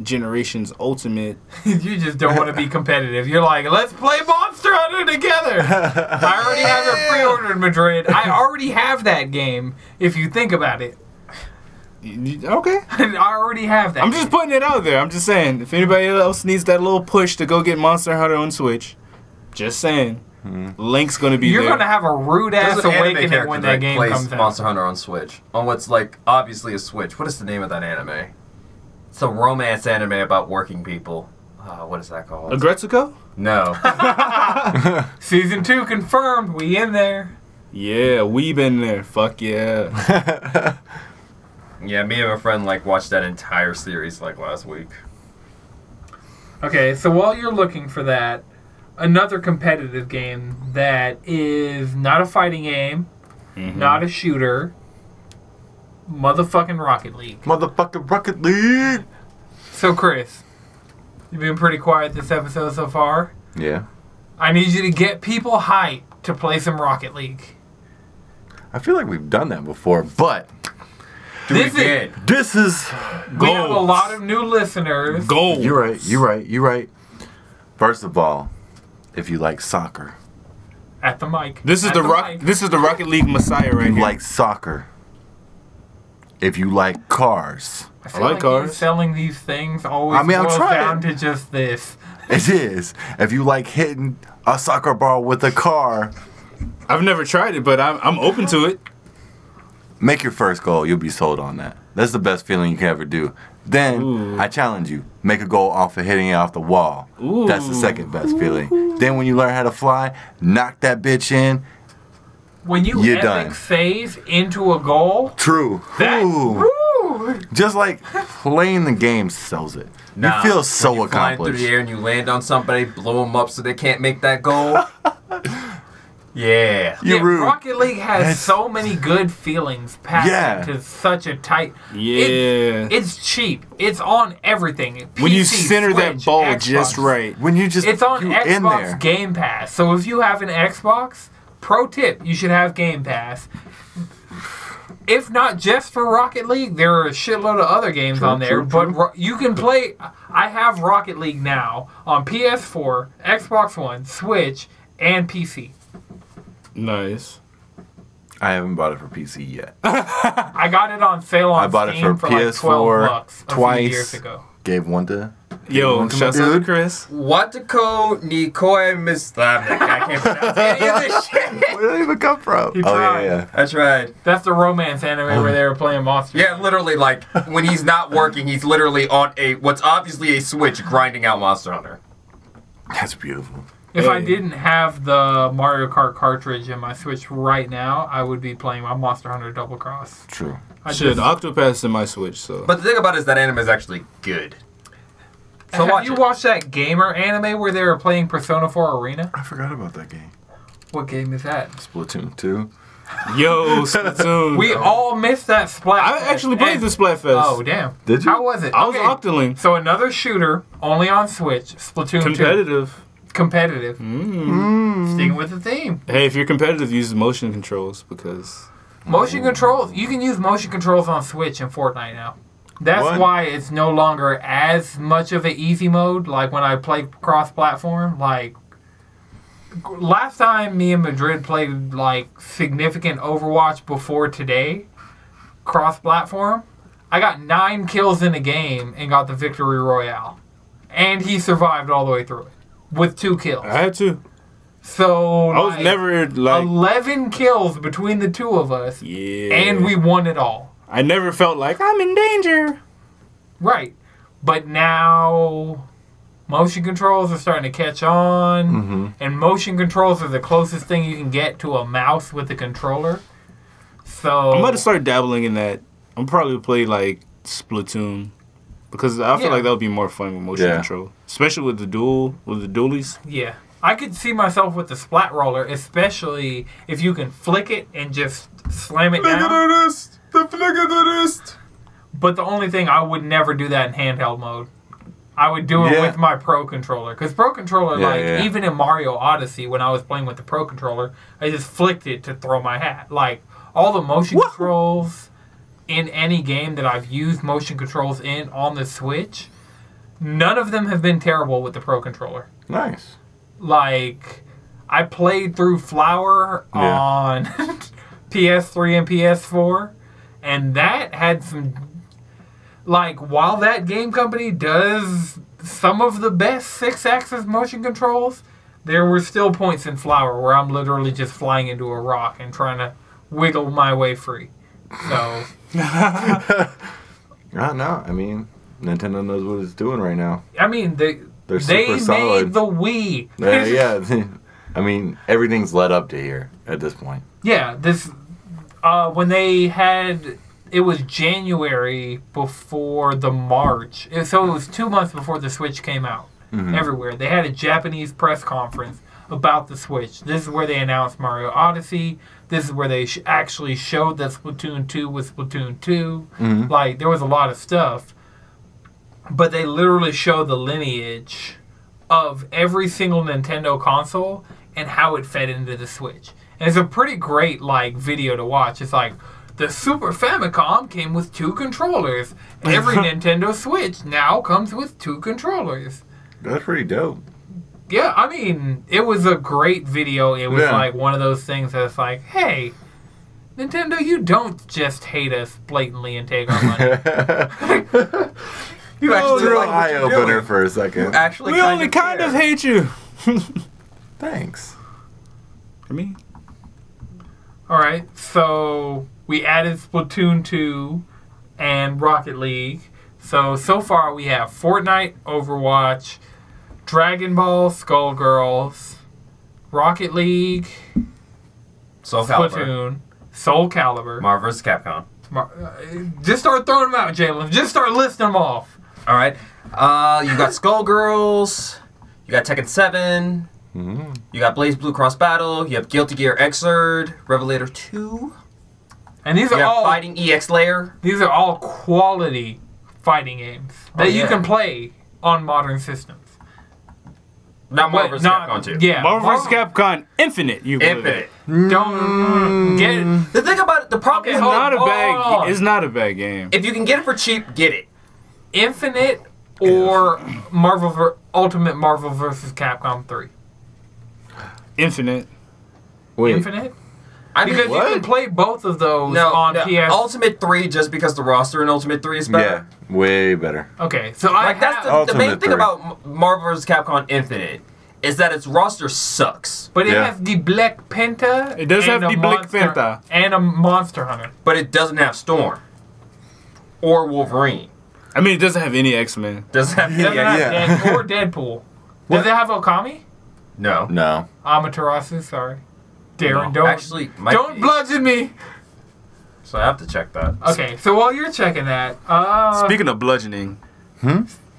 [SPEAKER 3] Generations Ultimate.
[SPEAKER 1] you just don't want to be competitive. You're like, let's play Monster Hunter together. I already have it pre-ordered, Madrid. I already have that game. If you think about it,
[SPEAKER 3] Y- y- Okay.
[SPEAKER 1] I already have that.
[SPEAKER 3] I'm just
[SPEAKER 1] game.
[SPEAKER 3] putting it out there. I'm just saying, if anybody else needs that little push to go get Monster Hunter on Switch, just saying.
[SPEAKER 5] Hmm.
[SPEAKER 3] Link's gonna be
[SPEAKER 1] You're
[SPEAKER 3] there.
[SPEAKER 1] gonna have a rude ass
[SPEAKER 2] There's an anime
[SPEAKER 1] awakening
[SPEAKER 2] character
[SPEAKER 1] when that
[SPEAKER 2] that,
[SPEAKER 1] game
[SPEAKER 2] plays
[SPEAKER 1] comes out.
[SPEAKER 2] Monster Hunter on Switch. On what's like obviously a Switch. What is the name of that anime? It's a romance anime about working people. Uh, what is that called?
[SPEAKER 3] Agretsuko?
[SPEAKER 2] no.
[SPEAKER 1] Season two confirmed. We in there.
[SPEAKER 3] Yeah, we been there. Fuck yeah.
[SPEAKER 2] yeah, me and my friend like watched that entire series like last week.
[SPEAKER 1] Okay, so while you're looking for that, another competitive game that is not a fighting game,
[SPEAKER 3] Mm-hmm.
[SPEAKER 1] not a shooter, motherfucking Rocket League.
[SPEAKER 4] Motherfucking Rocket League.
[SPEAKER 1] So Chris, you've been pretty quiet this episode so far.
[SPEAKER 5] yeah.
[SPEAKER 1] I need you to get people hyped to play some Rocket League.
[SPEAKER 5] I feel like we've done that before, but
[SPEAKER 2] Do
[SPEAKER 1] This
[SPEAKER 2] it
[SPEAKER 1] is-
[SPEAKER 2] again.
[SPEAKER 5] this is
[SPEAKER 1] We have a lot of new listeners.
[SPEAKER 3] Gold.
[SPEAKER 5] You're right. You're right. You're right. First of all, if you like soccer,
[SPEAKER 1] At the mic.
[SPEAKER 3] This is
[SPEAKER 1] At
[SPEAKER 3] the
[SPEAKER 1] mic.
[SPEAKER 3] rock. This is the Rocket League Messiah right
[SPEAKER 5] you
[SPEAKER 3] here.
[SPEAKER 5] like soccer. If you like cars,
[SPEAKER 1] I, feel
[SPEAKER 3] like
[SPEAKER 1] you're
[SPEAKER 3] ours.
[SPEAKER 1] Selling these things always
[SPEAKER 5] I mean, I'm
[SPEAKER 1] boils
[SPEAKER 5] trying.
[SPEAKER 1] down to just this.
[SPEAKER 5] it is. If you like hitting a soccer ball with a car,
[SPEAKER 3] I've never tried it, but I'm I'm open to it.
[SPEAKER 5] make your first goal. You'll be sold on that. That's the best feeling you can ever do. Then I challenge you: make a goal off of hitting it off the wall. That's the second best feeling. Then when you learn how to fly, knock that bitch in.
[SPEAKER 1] When you
[SPEAKER 5] You're
[SPEAKER 1] epic
[SPEAKER 5] done.
[SPEAKER 1] save into a goal,
[SPEAKER 5] True.
[SPEAKER 1] that,
[SPEAKER 5] Ooh.
[SPEAKER 1] woo,
[SPEAKER 5] Just like playing the game sells it.
[SPEAKER 2] Nah,
[SPEAKER 5] you feel
[SPEAKER 2] when
[SPEAKER 5] so
[SPEAKER 2] you flying through
[SPEAKER 5] accomplished.
[SPEAKER 2] the air and you land on somebody, blow them up so they can't make that goal. yeah.
[SPEAKER 5] You're
[SPEAKER 1] Yeah,
[SPEAKER 5] rude.
[SPEAKER 1] Rocket League has
[SPEAKER 5] That's-
[SPEAKER 1] so many good feelings packed
[SPEAKER 5] Yeah.
[SPEAKER 1] into such a tight.
[SPEAKER 3] Yeah.
[SPEAKER 1] it's cheap. It's on everything.
[SPEAKER 3] when you
[SPEAKER 1] PC,
[SPEAKER 3] center that
[SPEAKER 1] Switch,
[SPEAKER 3] ball
[SPEAKER 1] Xbox.
[SPEAKER 3] just right.
[SPEAKER 5] when you just
[SPEAKER 1] It's on
[SPEAKER 5] you in there.
[SPEAKER 1] Xbox Game Pass. So if you have an Xbox, pro tip, you should have Game Pass. If not just for Rocket League, there are a shitload of other games on there,
[SPEAKER 5] true,
[SPEAKER 1] but
[SPEAKER 5] true.
[SPEAKER 1] ro- you can play. I have Rocket League now on PS4, Xbox One, Switch, and PC.
[SPEAKER 3] Nice.
[SPEAKER 5] I haven't bought it for PC yet.
[SPEAKER 1] I got it on sale on
[SPEAKER 5] I bought it
[SPEAKER 1] Steam
[SPEAKER 5] for
[SPEAKER 1] like 12
[SPEAKER 5] PS4
[SPEAKER 1] bucks a few
[SPEAKER 5] twice.
[SPEAKER 1] years ago.
[SPEAKER 5] Gave one to
[SPEAKER 3] Yo,
[SPEAKER 5] want some
[SPEAKER 3] shouts out to
[SPEAKER 5] dude?
[SPEAKER 3] Chris.
[SPEAKER 2] Watako Nikoi Mislavnik. I can't pronounce any of this shit.
[SPEAKER 5] Where did it even come from?
[SPEAKER 1] He
[SPEAKER 5] oh yeah,
[SPEAKER 1] tried.
[SPEAKER 5] yeah.
[SPEAKER 2] I tried.
[SPEAKER 1] That's the romance anime where they were playing Monster.
[SPEAKER 2] Yeah, literally, like when he's not working, he's literally on a what's obviously a switch grinding out Monster Hunter.
[SPEAKER 5] That's beautiful.
[SPEAKER 1] If I
[SPEAKER 3] Hey.
[SPEAKER 1] didn't have the Mario Kart cartridge in my Switch right now, I would be playing my Monster Hunter Double Cross.
[SPEAKER 5] True.
[SPEAKER 1] I
[SPEAKER 3] Shit,
[SPEAKER 1] just-
[SPEAKER 3] Octopath's in my Switch, so.
[SPEAKER 2] But the thing about it is that anime is actually good. So
[SPEAKER 1] have
[SPEAKER 2] watch
[SPEAKER 1] you
[SPEAKER 2] it.
[SPEAKER 1] watched that gamer anime where they were playing Persona 4 Arena?
[SPEAKER 5] I forgot about that game.
[SPEAKER 1] What game is that?
[SPEAKER 5] Splatoon two.
[SPEAKER 3] Yo, Splatoon.
[SPEAKER 1] We all missed that Splat.
[SPEAKER 3] I
[SPEAKER 1] Fest,
[SPEAKER 3] actually played
[SPEAKER 1] and-
[SPEAKER 3] the Splatfest.
[SPEAKER 1] Oh damn!
[SPEAKER 5] Did you?
[SPEAKER 1] How was it?
[SPEAKER 3] I was
[SPEAKER 1] Okay,
[SPEAKER 3] Octoling.
[SPEAKER 1] So another shooter, only on Switch, Splatoon 2,
[SPEAKER 3] Competitive.
[SPEAKER 1] competitive. Sticking with the theme.
[SPEAKER 3] Hey, if you're competitive, use motion controls because.
[SPEAKER 1] Motion controls. You can use motion controls on Switch and Fortnite now. That's
[SPEAKER 5] What?
[SPEAKER 1] why it's no longer as much of an easy mode. Like when I play cross-platform, like g- last time me and Madrid played like significant Overwatch before today, cross-platform. I got nine kills in a game and got the victory royale, and he survived all the way through it with two kills.
[SPEAKER 3] I had to.
[SPEAKER 1] So
[SPEAKER 3] I was
[SPEAKER 1] like,
[SPEAKER 3] never like.
[SPEAKER 1] eleven kills between the two of us
[SPEAKER 3] Yeah.
[SPEAKER 1] and we won it all.
[SPEAKER 3] I never felt like I'm in danger.
[SPEAKER 1] Right. But now motion controls are starting to catch on,
[SPEAKER 3] Mm-hmm.
[SPEAKER 1] and motion controls are the closest thing you can get to a mouse with a controller. So
[SPEAKER 3] I'm about to start dabbling in that. I'm probably play like Splatoon because I feel
[SPEAKER 1] Yeah.
[SPEAKER 3] like that would be more fun with motion
[SPEAKER 5] Yeah.
[SPEAKER 3] control, especially with the dual with the dualies.
[SPEAKER 1] yeah, I could see myself with the splat roller, especially if you can flick it and just slam it down.
[SPEAKER 2] wrist, the flick of the wrist.
[SPEAKER 1] But the only thing I would never do that in handheld mode. I would do it
[SPEAKER 5] Yeah.
[SPEAKER 1] with my Pro controller because Pro controller,
[SPEAKER 5] Yeah,
[SPEAKER 1] like
[SPEAKER 5] yeah, yeah.
[SPEAKER 1] even in Mario Odyssey, when I was playing with the Pro controller, I just flicked it to throw my hat. Like all the motion controls in any game that I've used motion controls in on the Switch, none of them have been terrible with the Pro controller.
[SPEAKER 5] Nice.
[SPEAKER 1] Like I played through Flower
[SPEAKER 5] Yeah.
[SPEAKER 1] on PS3 and PS4, and that had some. Like while that game company does some of the best six-axis motion controls, there were still points in Flower where I'm literally just flying into a rock and trying to wiggle my way free. So
[SPEAKER 5] I don't know. I mean, Nintendo knows what it's doing right now.
[SPEAKER 1] I mean they
[SPEAKER 5] They're
[SPEAKER 1] they
[SPEAKER 5] super
[SPEAKER 1] made
[SPEAKER 5] solid.
[SPEAKER 1] the Wii.
[SPEAKER 5] Uh, yeah. I mean, everything's led up to here at this point.
[SPEAKER 1] Yeah, this uh, when they had it was January before the March, It- so it was two months before the Switch came out everywhere. They had a Japanese press conference about the Switch. This is where they announced Mario Odyssey. This is where they sh- actually showed that Splatoon two was Splatoon 2 Like there was a lot of stuff, but they literally show the lineage of every single Nintendo console and how it fed into the Switch. And it's a pretty great like video to watch. It's like the Super Famicom came with two controllers. Every Nintendo Switch now comes with two controllers.
[SPEAKER 5] That's pretty dope.
[SPEAKER 1] Yeah, I mean, it was a great video. It was
[SPEAKER 5] Yeah.
[SPEAKER 1] like one of those things that's like, hey, Nintendo, you don't just hate us blatantly and take our money.
[SPEAKER 2] You
[SPEAKER 5] That's a real
[SPEAKER 2] like what
[SPEAKER 5] eye
[SPEAKER 2] you're
[SPEAKER 5] opener
[SPEAKER 2] doing.
[SPEAKER 5] for a second.
[SPEAKER 2] Actually,
[SPEAKER 3] We only kind of
[SPEAKER 2] care.
[SPEAKER 3] hate you.
[SPEAKER 5] Thanks.
[SPEAKER 3] I mean,
[SPEAKER 1] All right, so we added Splatoon 2 and Rocket League. So so far we have Fortnite, Overwatch, Dragon Ball, Skullgirls, Rocket League,
[SPEAKER 2] Soul Calibur,
[SPEAKER 1] Splatoon, Soul Calibur.
[SPEAKER 2] Marvel vs. Capcom.
[SPEAKER 1] Mar- uh, just start throwing them out, Jalen. Just start listing them off.
[SPEAKER 2] All right. Uh, you got Skullgirls. You got Tekken 7.
[SPEAKER 5] Mm-hmm.
[SPEAKER 2] You got Blaze Blue Cross Battle. You have Guilty Gear Xrd, Revelator 2.
[SPEAKER 1] And these
[SPEAKER 2] You
[SPEAKER 1] are
[SPEAKER 2] got
[SPEAKER 1] all
[SPEAKER 2] Fighting E EX Layer.
[SPEAKER 1] these are all quality fighting games that you
[SPEAKER 2] Oh, yeah.
[SPEAKER 1] can play on modern systems. But
[SPEAKER 2] Not Marvel vs.
[SPEAKER 1] not-
[SPEAKER 2] Capcom 2.
[SPEAKER 1] Yeah,
[SPEAKER 3] Marvel vs. Capcom Infinite. You can live
[SPEAKER 2] Infinite.
[SPEAKER 1] Don't get it.
[SPEAKER 2] The thing about it, the problem
[SPEAKER 1] Okay,
[SPEAKER 2] is
[SPEAKER 3] it. Not a
[SPEAKER 1] Oh,
[SPEAKER 3] bad.
[SPEAKER 1] oh.
[SPEAKER 3] It's not a bad game.
[SPEAKER 2] if you can get it for cheap, get it.
[SPEAKER 1] Infinite or Marvel ver- Ultimate Marvel versus Capcom 3?
[SPEAKER 3] Infinite.
[SPEAKER 5] Wait.
[SPEAKER 1] Infinite?
[SPEAKER 2] I mean,
[SPEAKER 1] Because you can play both of those
[SPEAKER 2] no,
[SPEAKER 1] on
[SPEAKER 2] no,
[SPEAKER 1] PS.
[SPEAKER 2] Ultimate 3 just because the roster in Ultimate 3 is
[SPEAKER 5] Yeah,
[SPEAKER 2] better.
[SPEAKER 5] way better.
[SPEAKER 1] okay, so I
[SPEAKER 2] Like, that's
[SPEAKER 1] have,
[SPEAKER 2] the, the main
[SPEAKER 5] Ultimate
[SPEAKER 2] thing
[SPEAKER 5] 3.
[SPEAKER 2] about M- Marvel vs. Capcom Infinite is that its roster sucks.
[SPEAKER 1] but it
[SPEAKER 5] Yeah.
[SPEAKER 1] has the Black Penta.
[SPEAKER 3] It does
[SPEAKER 1] and
[SPEAKER 3] have
[SPEAKER 1] a
[SPEAKER 3] the Black
[SPEAKER 1] Monster-
[SPEAKER 3] Penta.
[SPEAKER 1] and a Monster Hunter.
[SPEAKER 2] but it doesn't have Storm or Wolverine.
[SPEAKER 3] I mean, it doesn't have any X Men.
[SPEAKER 2] Doesn't have
[SPEAKER 1] Doesn't
[SPEAKER 2] yeah,
[SPEAKER 1] have
[SPEAKER 5] yeah.
[SPEAKER 1] Dead- or Deadpool. Does it have Okami?
[SPEAKER 2] no.
[SPEAKER 5] No.
[SPEAKER 1] Amaterasu, sorry. Darren, don't
[SPEAKER 2] Actually, might
[SPEAKER 1] don't
[SPEAKER 2] be.
[SPEAKER 1] bludgeon me.
[SPEAKER 2] So I have to check that.
[SPEAKER 1] Okay, so while you're checking that, uh,
[SPEAKER 3] Speaking of bludgeoning,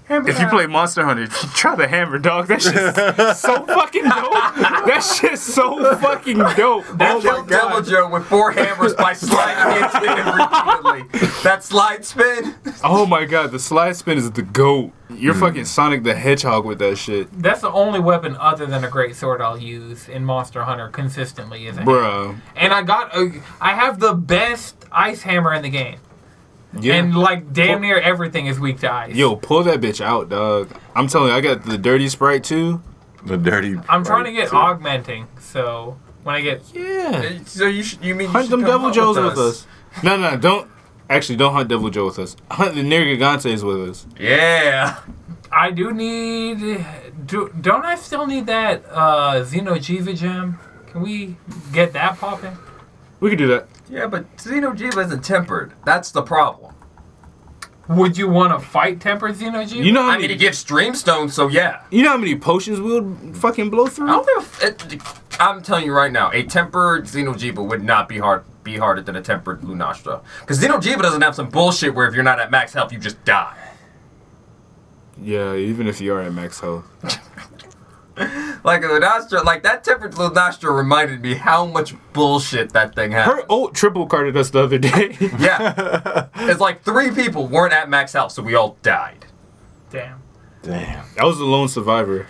[SPEAKER 3] if you play Monster Hunter, try the hammer, dog. That shit's so fucking dope. That shit's so fucking dope.
[SPEAKER 2] That killed Devil Joe with four hammers by sliding into him repeatedly. That slide spin.
[SPEAKER 3] Oh my god, the slide spin is the goat. You're fucking Sonic the Hedgehog with that shit,
[SPEAKER 1] that's the only weapon other than a great sword I'll use in Monster Hunter consistently, isn't it?
[SPEAKER 3] bro.
[SPEAKER 1] and I got a, I have the best ice hammer in the game,
[SPEAKER 3] Yeah.
[SPEAKER 1] and like damn near everything is weak to ice.
[SPEAKER 3] Yo, pull that bitch out, dog. I'm telling you, I got the dirty sprite too.
[SPEAKER 5] The dirty.
[SPEAKER 1] I'm trying to get augmenting, so when I get
[SPEAKER 3] Yeah.
[SPEAKER 2] So you should, you mean you
[SPEAKER 3] Hunt
[SPEAKER 2] should
[SPEAKER 3] them
[SPEAKER 2] come
[SPEAKER 3] Devil
[SPEAKER 2] up
[SPEAKER 3] Joes with us. No, no, don't. Actually, don't hunt Devil Joe with us. Hunt the Nergigantes with us.
[SPEAKER 2] Yeah.
[SPEAKER 1] I do need do don't I still need that uh Xenojiva gem? Can we get that popping?
[SPEAKER 3] We could do that.
[SPEAKER 2] Yeah, but Xenojiva isn't tempered. That's the problem.
[SPEAKER 1] Would you want to fight tempered Xenojiva?
[SPEAKER 3] You know how
[SPEAKER 2] I
[SPEAKER 3] many
[SPEAKER 2] mean, it gives Dreamstone, so yeah.
[SPEAKER 3] You know how many potions we'll fucking blow
[SPEAKER 2] I
[SPEAKER 3] through?
[SPEAKER 2] don't know if it, I'm telling you right now, a tempered Xenojiba would not be hard be harder than a tempered Lunastra. Because Xenojiba doesn't have some bullshit where if you're not at max health, you just die.
[SPEAKER 3] Yeah, even if you are at max health.
[SPEAKER 2] Like a Lunastra, like that tempered Lunastra reminded me how much bullshit that thing had.
[SPEAKER 3] Her old triple carded us the other day.
[SPEAKER 2] yeah. it's like three people weren't at max health, so we all died.
[SPEAKER 1] Damn.
[SPEAKER 5] Damn.
[SPEAKER 3] I was the lone survivor.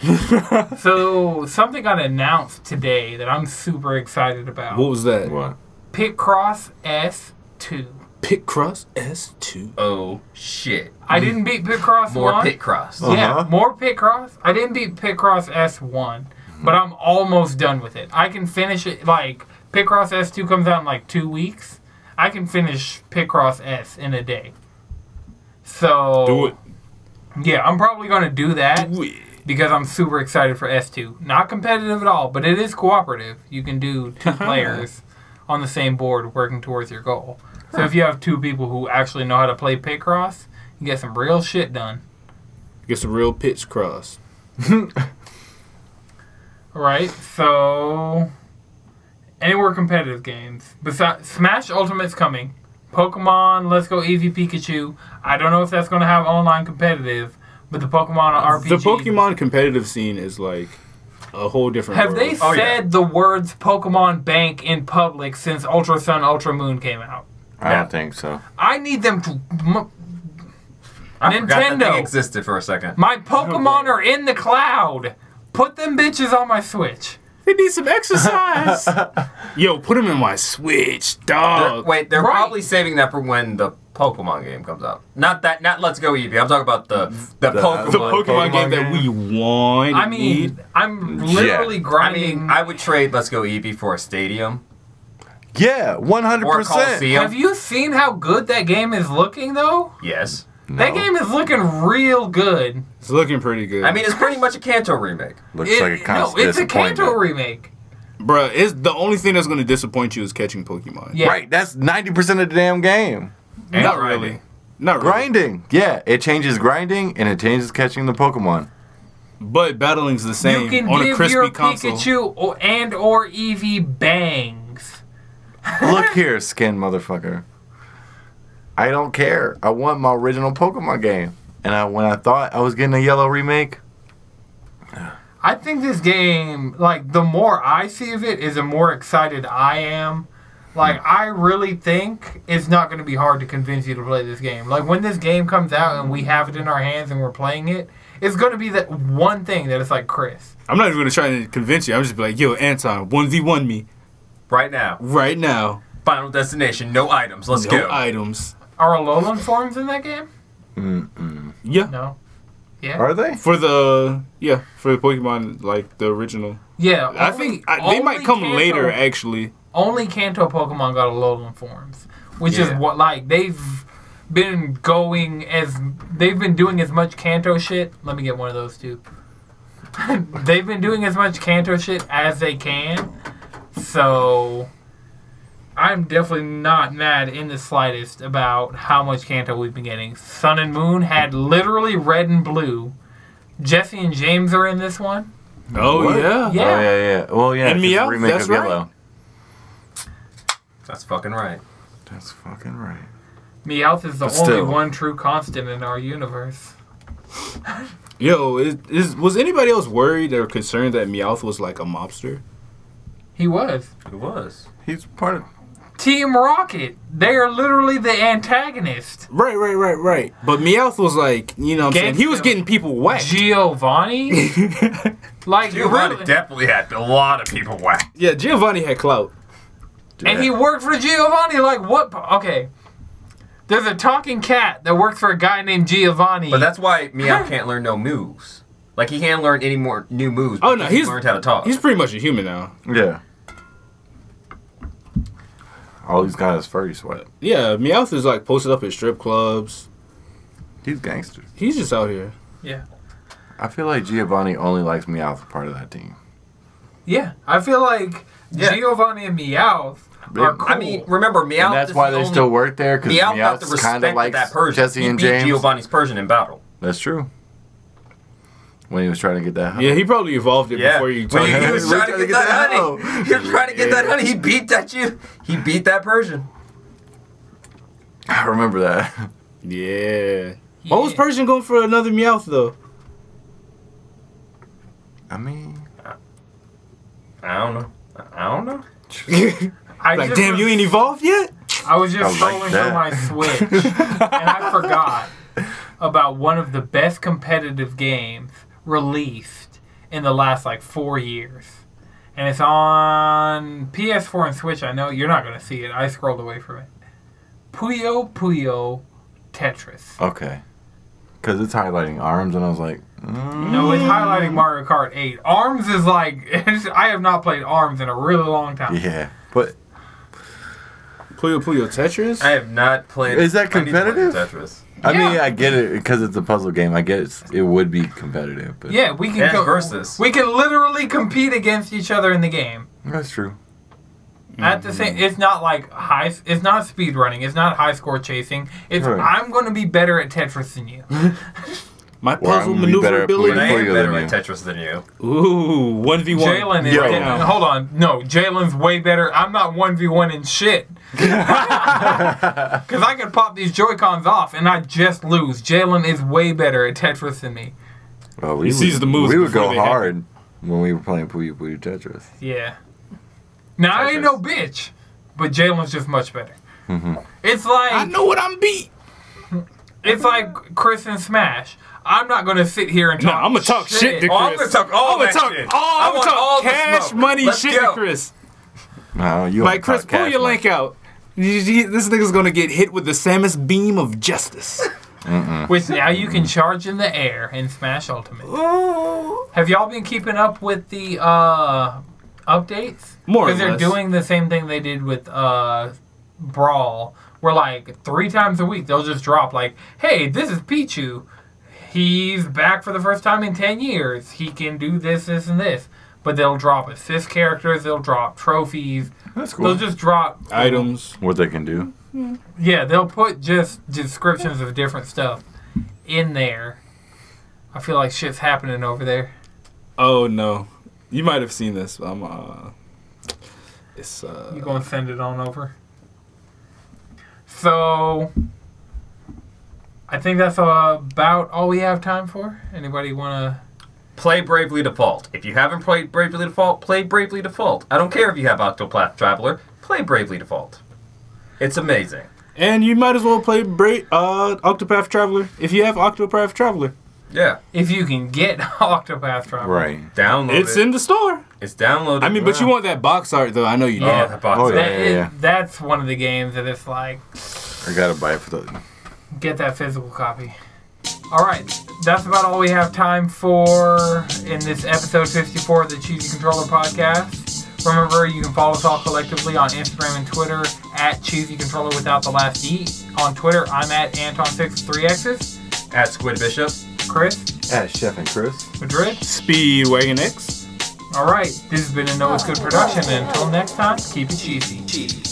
[SPEAKER 1] So something got announced today that I'm super excited about.
[SPEAKER 3] What was that?
[SPEAKER 5] What?
[SPEAKER 1] Pit Cross S two.
[SPEAKER 3] Pit Cross S2.
[SPEAKER 2] Oh shit.
[SPEAKER 3] Mm.
[SPEAKER 1] I didn't beat Pit Cross
[SPEAKER 2] More
[SPEAKER 1] one.
[SPEAKER 2] pit cross.
[SPEAKER 1] Yeah,
[SPEAKER 5] Uh-huh.
[SPEAKER 1] more pit cross. I didn't beat pit cross S one,
[SPEAKER 3] Mm-hmm.
[SPEAKER 1] but I'm almost done with it. I can finish it like pit cross S two comes out in like two weeks. I can finish pit cross S in a day. So
[SPEAKER 3] Do it.
[SPEAKER 1] yeah, I'm probably gonna do that.
[SPEAKER 3] Do it.
[SPEAKER 1] because I'm super excited for S2. Not competitive at all, but it is cooperative. You can do two players on the same board working towards your goal. So if you have two people who actually know how to play Picross, you get some real shit done.
[SPEAKER 3] Get some real pitch cross.
[SPEAKER 1] Right? So anywhere competitive games. Besides Smash Ultimate's coming. Pokemon Let's Go Eevee Pikachu. I don't know if that's going to have online competitive, but the Pokemon RPG.
[SPEAKER 3] The Pokemon competitive scene is like a whole different.
[SPEAKER 1] Have they
[SPEAKER 3] world.
[SPEAKER 2] Oh,
[SPEAKER 1] said
[SPEAKER 2] yeah.
[SPEAKER 1] the words Pokemon Bank in public since Ultra Sun Ultra Moon came out?
[SPEAKER 5] I
[SPEAKER 1] No.
[SPEAKER 5] don't think so.
[SPEAKER 1] I need them to. M-
[SPEAKER 2] I forgot that thing
[SPEAKER 1] Nintendo.
[SPEAKER 2] existed for a second.
[SPEAKER 1] my Pokemon are in the cloud. Put them bitches on my Switch.
[SPEAKER 3] They need some exercise. Yo, put him in my Switch,
[SPEAKER 2] They're-
[SPEAKER 3] dog.
[SPEAKER 2] wait, they're
[SPEAKER 1] right.
[SPEAKER 2] probably saving that for when the Pokemon game comes out. Not that, not Let's Go Eevee. I'm talking about the the, Pokemon.
[SPEAKER 3] the Pokemon,
[SPEAKER 2] game.
[SPEAKER 3] game that we want.
[SPEAKER 1] I
[SPEAKER 3] and
[SPEAKER 1] mean,
[SPEAKER 3] need.
[SPEAKER 1] I'm
[SPEAKER 5] Yeah.
[SPEAKER 1] literally
[SPEAKER 2] I
[SPEAKER 1] grinding.
[SPEAKER 2] mean, I would trade Let's Go Eevee for a stadium
[SPEAKER 5] Yeah, one hundred
[SPEAKER 2] or a
[SPEAKER 5] percent.
[SPEAKER 2] Coliseum.
[SPEAKER 1] Have you seen how good that game is looking, though?
[SPEAKER 2] yes.
[SPEAKER 1] That game is looking real good.
[SPEAKER 3] it's looking pretty good.
[SPEAKER 2] I mean, it's pretty much a Kanto remake.
[SPEAKER 5] looks
[SPEAKER 1] It-
[SPEAKER 5] like a
[SPEAKER 1] no,
[SPEAKER 5] constant
[SPEAKER 1] it's a
[SPEAKER 5] disappointment.
[SPEAKER 1] Kanto remake.
[SPEAKER 3] Bruh, it's the only thing that's gonna disappoint you is catching Pokemon.
[SPEAKER 1] Yeah.
[SPEAKER 5] Right, that's ninety percent of the damn game.
[SPEAKER 3] Not
[SPEAKER 2] And
[SPEAKER 3] really. Not really.
[SPEAKER 5] Grinding, yeah, it changes grinding and it changes catching the Pokemon.
[SPEAKER 3] But battling's the same
[SPEAKER 1] You can
[SPEAKER 3] on a
[SPEAKER 1] give
[SPEAKER 3] crispy
[SPEAKER 1] your
[SPEAKER 3] console.
[SPEAKER 1] Pikachu or, and or Eevee bangs.
[SPEAKER 5] Look here, skin motherfucker. I don't care. I want my original Pokemon game. And I, when I thought I was getting a yellow remake,
[SPEAKER 1] I think this game, like, the more I see of it, is the more excited I am. Like,
[SPEAKER 5] Hmm.
[SPEAKER 1] I really think it's not going to be hard to convince you to play this game. Like, when this game comes out and we have it in our hands and we're playing it, it's going to be that one thing that it's like, Chris,
[SPEAKER 3] I'm not even gonna try to convince you. I'm just be like, yo, Anton, one v one me
[SPEAKER 2] Right now,
[SPEAKER 3] right now.
[SPEAKER 2] Final Destination, no items. Let's
[SPEAKER 3] no
[SPEAKER 2] go.
[SPEAKER 3] items.
[SPEAKER 1] are Alolan forms in that game?
[SPEAKER 3] Yeah.
[SPEAKER 1] No. Yeah.
[SPEAKER 5] are they?
[SPEAKER 3] For the yeah, for the Pokemon like the original.
[SPEAKER 1] Yeah.
[SPEAKER 3] I
[SPEAKER 1] only-
[SPEAKER 3] think I, they might
[SPEAKER 1] only
[SPEAKER 3] come
[SPEAKER 1] Kanto-
[SPEAKER 3] later actually.
[SPEAKER 1] Only Kanto Pokemon got Alolan forms, which
[SPEAKER 2] Yeah.
[SPEAKER 1] is what like they've been going as they've been doing as much Kanto shit. Let me get one of those too. they've been doing as much Kanto shit as they can, so I'm definitely not mad in the slightest about how much Kanto we've been getting. Sun and Moon had literally red and blue. Jesse and James are in this one.
[SPEAKER 3] Oh
[SPEAKER 5] What?
[SPEAKER 3] yeah.
[SPEAKER 1] Yeah.
[SPEAKER 5] Oh, yeah, yeah. Well, yeah,
[SPEAKER 3] And
[SPEAKER 5] 'cause the
[SPEAKER 3] Meowth,
[SPEAKER 5] remake
[SPEAKER 3] that's
[SPEAKER 5] of
[SPEAKER 3] right.
[SPEAKER 5] yellow.
[SPEAKER 2] That's fucking right.
[SPEAKER 5] That's fucking right.
[SPEAKER 1] Meowth is the
[SPEAKER 5] But
[SPEAKER 1] only
[SPEAKER 5] still.
[SPEAKER 1] one true constant in our universe.
[SPEAKER 3] Yo, is, is was anybody else worried or concerned that Meowth was like a mobster?
[SPEAKER 1] He was.
[SPEAKER 2] It was.
[SPEAKER 5] He's part of.
[SPEAKER 1] Team Rocket. They are literally the antagonist.
[SPEAKER 3] Right, right, right, right. But Meowth was like, you know, what I'm saying he was
[SPEAKER 1] Gangsta.
[SPEAKER 3] getting people whacked.
[SPEAKER 1] Giovanni? like,
[SPEAKER 2] Dude, Ronnie
[SPEAKER 1] really?
[SPEAKER 2] definitely had a lot of people whacked.
[SPEAKER 3] yeah, Giovanni had clout.
[SPEAKER 1] And he worked for Giovanni. Like, what? po- Okay. There's a talking cat that works for a guy named Giovanni.
[SPEAKER 2] But that's why Meow can't learn no moves. Like he can't learn any more new moves.
[SPEAKER 3] Oh, no,
[SPEAKER 2] because he
[SPEAKER 3] he's-
[SPEAKER 2] learned how to talk.
[SPEAKER 3] He's pretty much a human now.
[SPEAKER 5] Yeah. All he's got is furry sweat.
[SPEAKER 3] Yeah, Meowth is like posted up at strip clubs.
[SPEAKER 5] He's gangster.
[SPEAKER 3] He's just out here.
[SPEAKER 1] yeah.
[SPEAKER 5] I feel like Giovanni only likes Meowth part of that team.
[SPEAKER 1] Yeah. I feel like
[SPEAKER 2] Yeah.
[SPEAKER 1] Giovanni and Meowth are cool.
[SPEAKER 2] I mean, remember Meow.
[SPEAKER 5] and that's why they still work there because
[SPEAKER 2] Meow got the
[SPEAKER 5] Meowth's
[SPEAKER 2] respect
[SPEAKER 5] kind of
[SPEAKER 2] of that
[SPEAKER 5] likes
[SPEAKER 2] Persian.
[SPEAKER 5] Jesse
[SPEAKER 2] he
[SPEAKER 5] and
[SPEAKER 2] beat
[SPEAKER 5] James.
[SPEAKER 2] Giovanni's Persian in battle.
[SPEAKER 5] That's true. When he was trying to get that.
[SPEAKER 3] Yeah, he probably evolved it before you
[SPEAKER 2] When
[SPEAKER 3] told
[SPEAKER 2] he,
[SPEAKER 3] him.
[SPEAKER 2] was trying to get that honey. He was trying to get that
[SPEAKER 5] Yeah.
[SPEAKER 2] honey. He beat that you. He beat that Persian.
[SPEAKER 5] I remember that.
[SPEAKER 3] yeah. What was
[SPEAKER 1] Yeah.
[SPEAKER 3] Persian going for another Meowth though?
[SPEAKER 5] I mean,
[SPEAKER 2] I don't know. I don't know.
[SPEAKER 1] I
[SPEAKER 3] Like,
[SPEAKER 1] just
[SPEAKER 3] damn,
[SPEAKER 1] was-
[SPEAKER 3] you ain't evolved yet?
[SPEAKER 1] I was just
[SPEAKER 5] I like
[SPEAKER 1] scrolling
[SPEAKER 5] that.
[SPEAKER 1] through my Switch, and I forgot about one of the best competitive games released in the last like four years. And it's on PS4 and Switch. I know you're not gonna see it. I scrolled away from it. Puyo Puyo Tetris.
[SPEAKER 5] okay. Because it's highlighting arms, and I was like, mm.
[SPEAKER 1] No, it's highlighting Mario Kart 8. Arms is like I have not played Arms in a really long time.
[SPEAKER 5] yeah. But
[SPEAKER 3] Puyo Puyo Tetris?
[SPEAKER 2] I have not played.
[SPEAKER 5] Is that
[SPEAKER 2] I need to play
[SPEAKER 5] competitive?
[SPEAKER 2] Tetris.
[SPEAKER 5] I mean, I get it because it's a puzzle game. I guess it would be competitive, but
[SPEAKER 1] Yeah, we can
[SPEAKER 2] And versus.
[SPEAKER 1] We can literally compete against each other in the game.
[SPEAKER 5] that's true.
[SPEAKER 1] At the
[SPEAKER 5] Mm-hmm.
[SPEAKER 1] same, it's not like high. It's not speed running. It's not high score chasing. It's
[SPEAKER 5] Right.
[SPEAKER 1] I'm going to be better at Tetris than you.
[SPEAKER 3] My
[SPEAKER 5] Well, I'm
[SPEAKER 3] puzzle
[SPEAKER 5] gonna be better at
[SPEAKER 2] But I
[SPEAKER 5] Before
[SPEAKER 3] maneuverability.
[SPEAKER 5] you
[SPEAKER 2] am
[SPEAKER 5] go
[SPEAKER 2] better
[SPEAKER 5] there,
[SPEAKER 2] at
[SPEAKER 5] man.
[SPEAKER 2] Tetris than you.
[SPEAKER 3] Ooh, one v one.
[SPEAKER 1] Jalen is.
[SPEAKER 5] Yo.
[SPEAKER 1] getting- hold on, no, Jalen's way better. I'm not one v one in shit. Because I could pop these Joy Cons off and I just lose. Jalen is way better at Tetris than me.
[SPEAKER 5] Oh, we
[SPEAKER 3] He sees
[SPEAKER 5] would-
[SPEAKER 3] the moves
[SPEAKER 5] We would
[SPEAKER 3] before
[SPEAKER 5] go
[SPEAKER 3] they happen.
[SPEAKER 5] hard when we were playing Puyo Puyo Tetris.
[SPEAKER 1] Yeah. Now I ain't
[SPEAKER 2] Tetris.
[SPEAKER 1] no bitch, but Jalen's just much better.
[SPEAKER 5] Mm-hmm.
[SPEAKER 1] It's like
[SPEAKER 3] I know what I'm beat.
[SPEAKER 1] It's like Chris and Smash. I'm not gonna sit here and
[SPEAKER 3] No,
[SPEAKER 1] talk.
[SPEAKER 3] I'm gonna talk shit, to Chris.
[SPEAKER 2] Oh, I'm gonna talk all
[SPEAKER 3] I'm gonna
[SPEAKER 2] that
[SPEAKER 3] talk
[SPEAKER 2] shit.
[SPEAKER 3] all.
[SPEAKER 2] I
[SPEAKER 3] I'm gonna
[SPEAKER 2] want
[SPEAKER 3] talk
[SPEAKER 2] all the
[SPEAKER 3] cash
[SPEAKER 2] smoke.
[SPEAKER 3] money
[SPEAKER 2] Let's
[SPEAKER 3] shit to
[SPEAKER 2] go.
[SPEAKER 3] Chris.
[SPEAKER 5] No, you
[SPEAKER 3] Like Chris,
[SPEAKER 5] talk
[SPEAKER 3] pull
[SPEAKER 5] cash
[SPEAKER 3] your
[SPEAKER 5] money.
[SPEAKER 3] link out. You- you- This nigga's gonna get hit with the Samus beam of justice.
[SPEAKER 1] Which now you can charge in the air in Smash Ultimate.
[SPEAKER 3] Ooh.
[SPEAKER 1] Have y'all been keeping up with the uh, updates?
[SPEAKER 3] More or
[SPEAKER 1] Because they're
[SPEAKER 3] less.
[SPEAKER 1] doing the same thing they did with uh, Brawl, where like three times a week they'll just drop like, "Hey, this is Pichu. He's back for the first time in ten years. He can do this, this, and this." But they'll drop assist characters. They'll drop trophies.
[SPEAKER 5] That's
[SPEAKER 1] They'll
[SPEAKER 5] cool.
[SPEAKER 1] just drop
[SPEAKER 3] Items.
[SPEAKER 5] what they can do.
[SPEAKER 1] Yeah, they'll put just descriptions of different stuff in there. I feel like shit's happening over there.
[SPEAKER 3] Oh no, you might have seen this. I'm uh, it's uh,
[SPEAKER 1] You gonna send it on over? So, I think that's about all we have time for. Anybody wanna?
[SPEAKER 2] Play Bravely Default. If you haven't played Bravely Default, play Bravely Default. I don't care if you have Octopath Traveler. Play Bravely Default. It's amazing.
[SPEAKER 3] and you might as well play Bra- uh Octopath Traveler if you have Octopath Traveler.
[SPEAKER 2] Yeah.
[SPEAKER 1] If you can get Octopath Traveler,
[SPEAKER 5] Right.
[SPEAKER 2] Download
[SPEAKER 3] it's
[SPEAKER 2] it.
[SPEAKER 3] in the store.
[SPEAKER 2] it's downloaded.
[SPEAKER 3] I mean, but you want that box art though. I know you.
[SPEAKER 2] Oh,
[SPEAKER 3] do.
[SPEAKER 1] Yeah.
[SPEAKER 2] that box
[SPEAKER 5] Oh,
[SPEAKER 2] art.
[SPEAKER 5] yeah.
[SPEAKER 1] That is- that's one of the games that it's like
[SPEAKER 5] I gotta buy it for the.
[SPEAKER 1] get that physical copy. All right, that's about all we have time for in this episode 54 of the Cheesy Controller Podcast. Remember, you can follow us all collectively on Instagram and Twitter at Cheesy Controller without the last E. On Twitter, I'm at Anton63Xs,
[SPEAKER 2] At Squid Bishop.
[SPEAKER 1] Chris,
[SPEAKER 5] At Chef and Chris.
[SPEAKER 1] Madrid.
[SPEAKER 3] Speedwagon X.
[SPEAKER 1] All right, this has been a Noah's Good production, and until next time, keep it cheesy.
[SPEAKER 2] Cheese.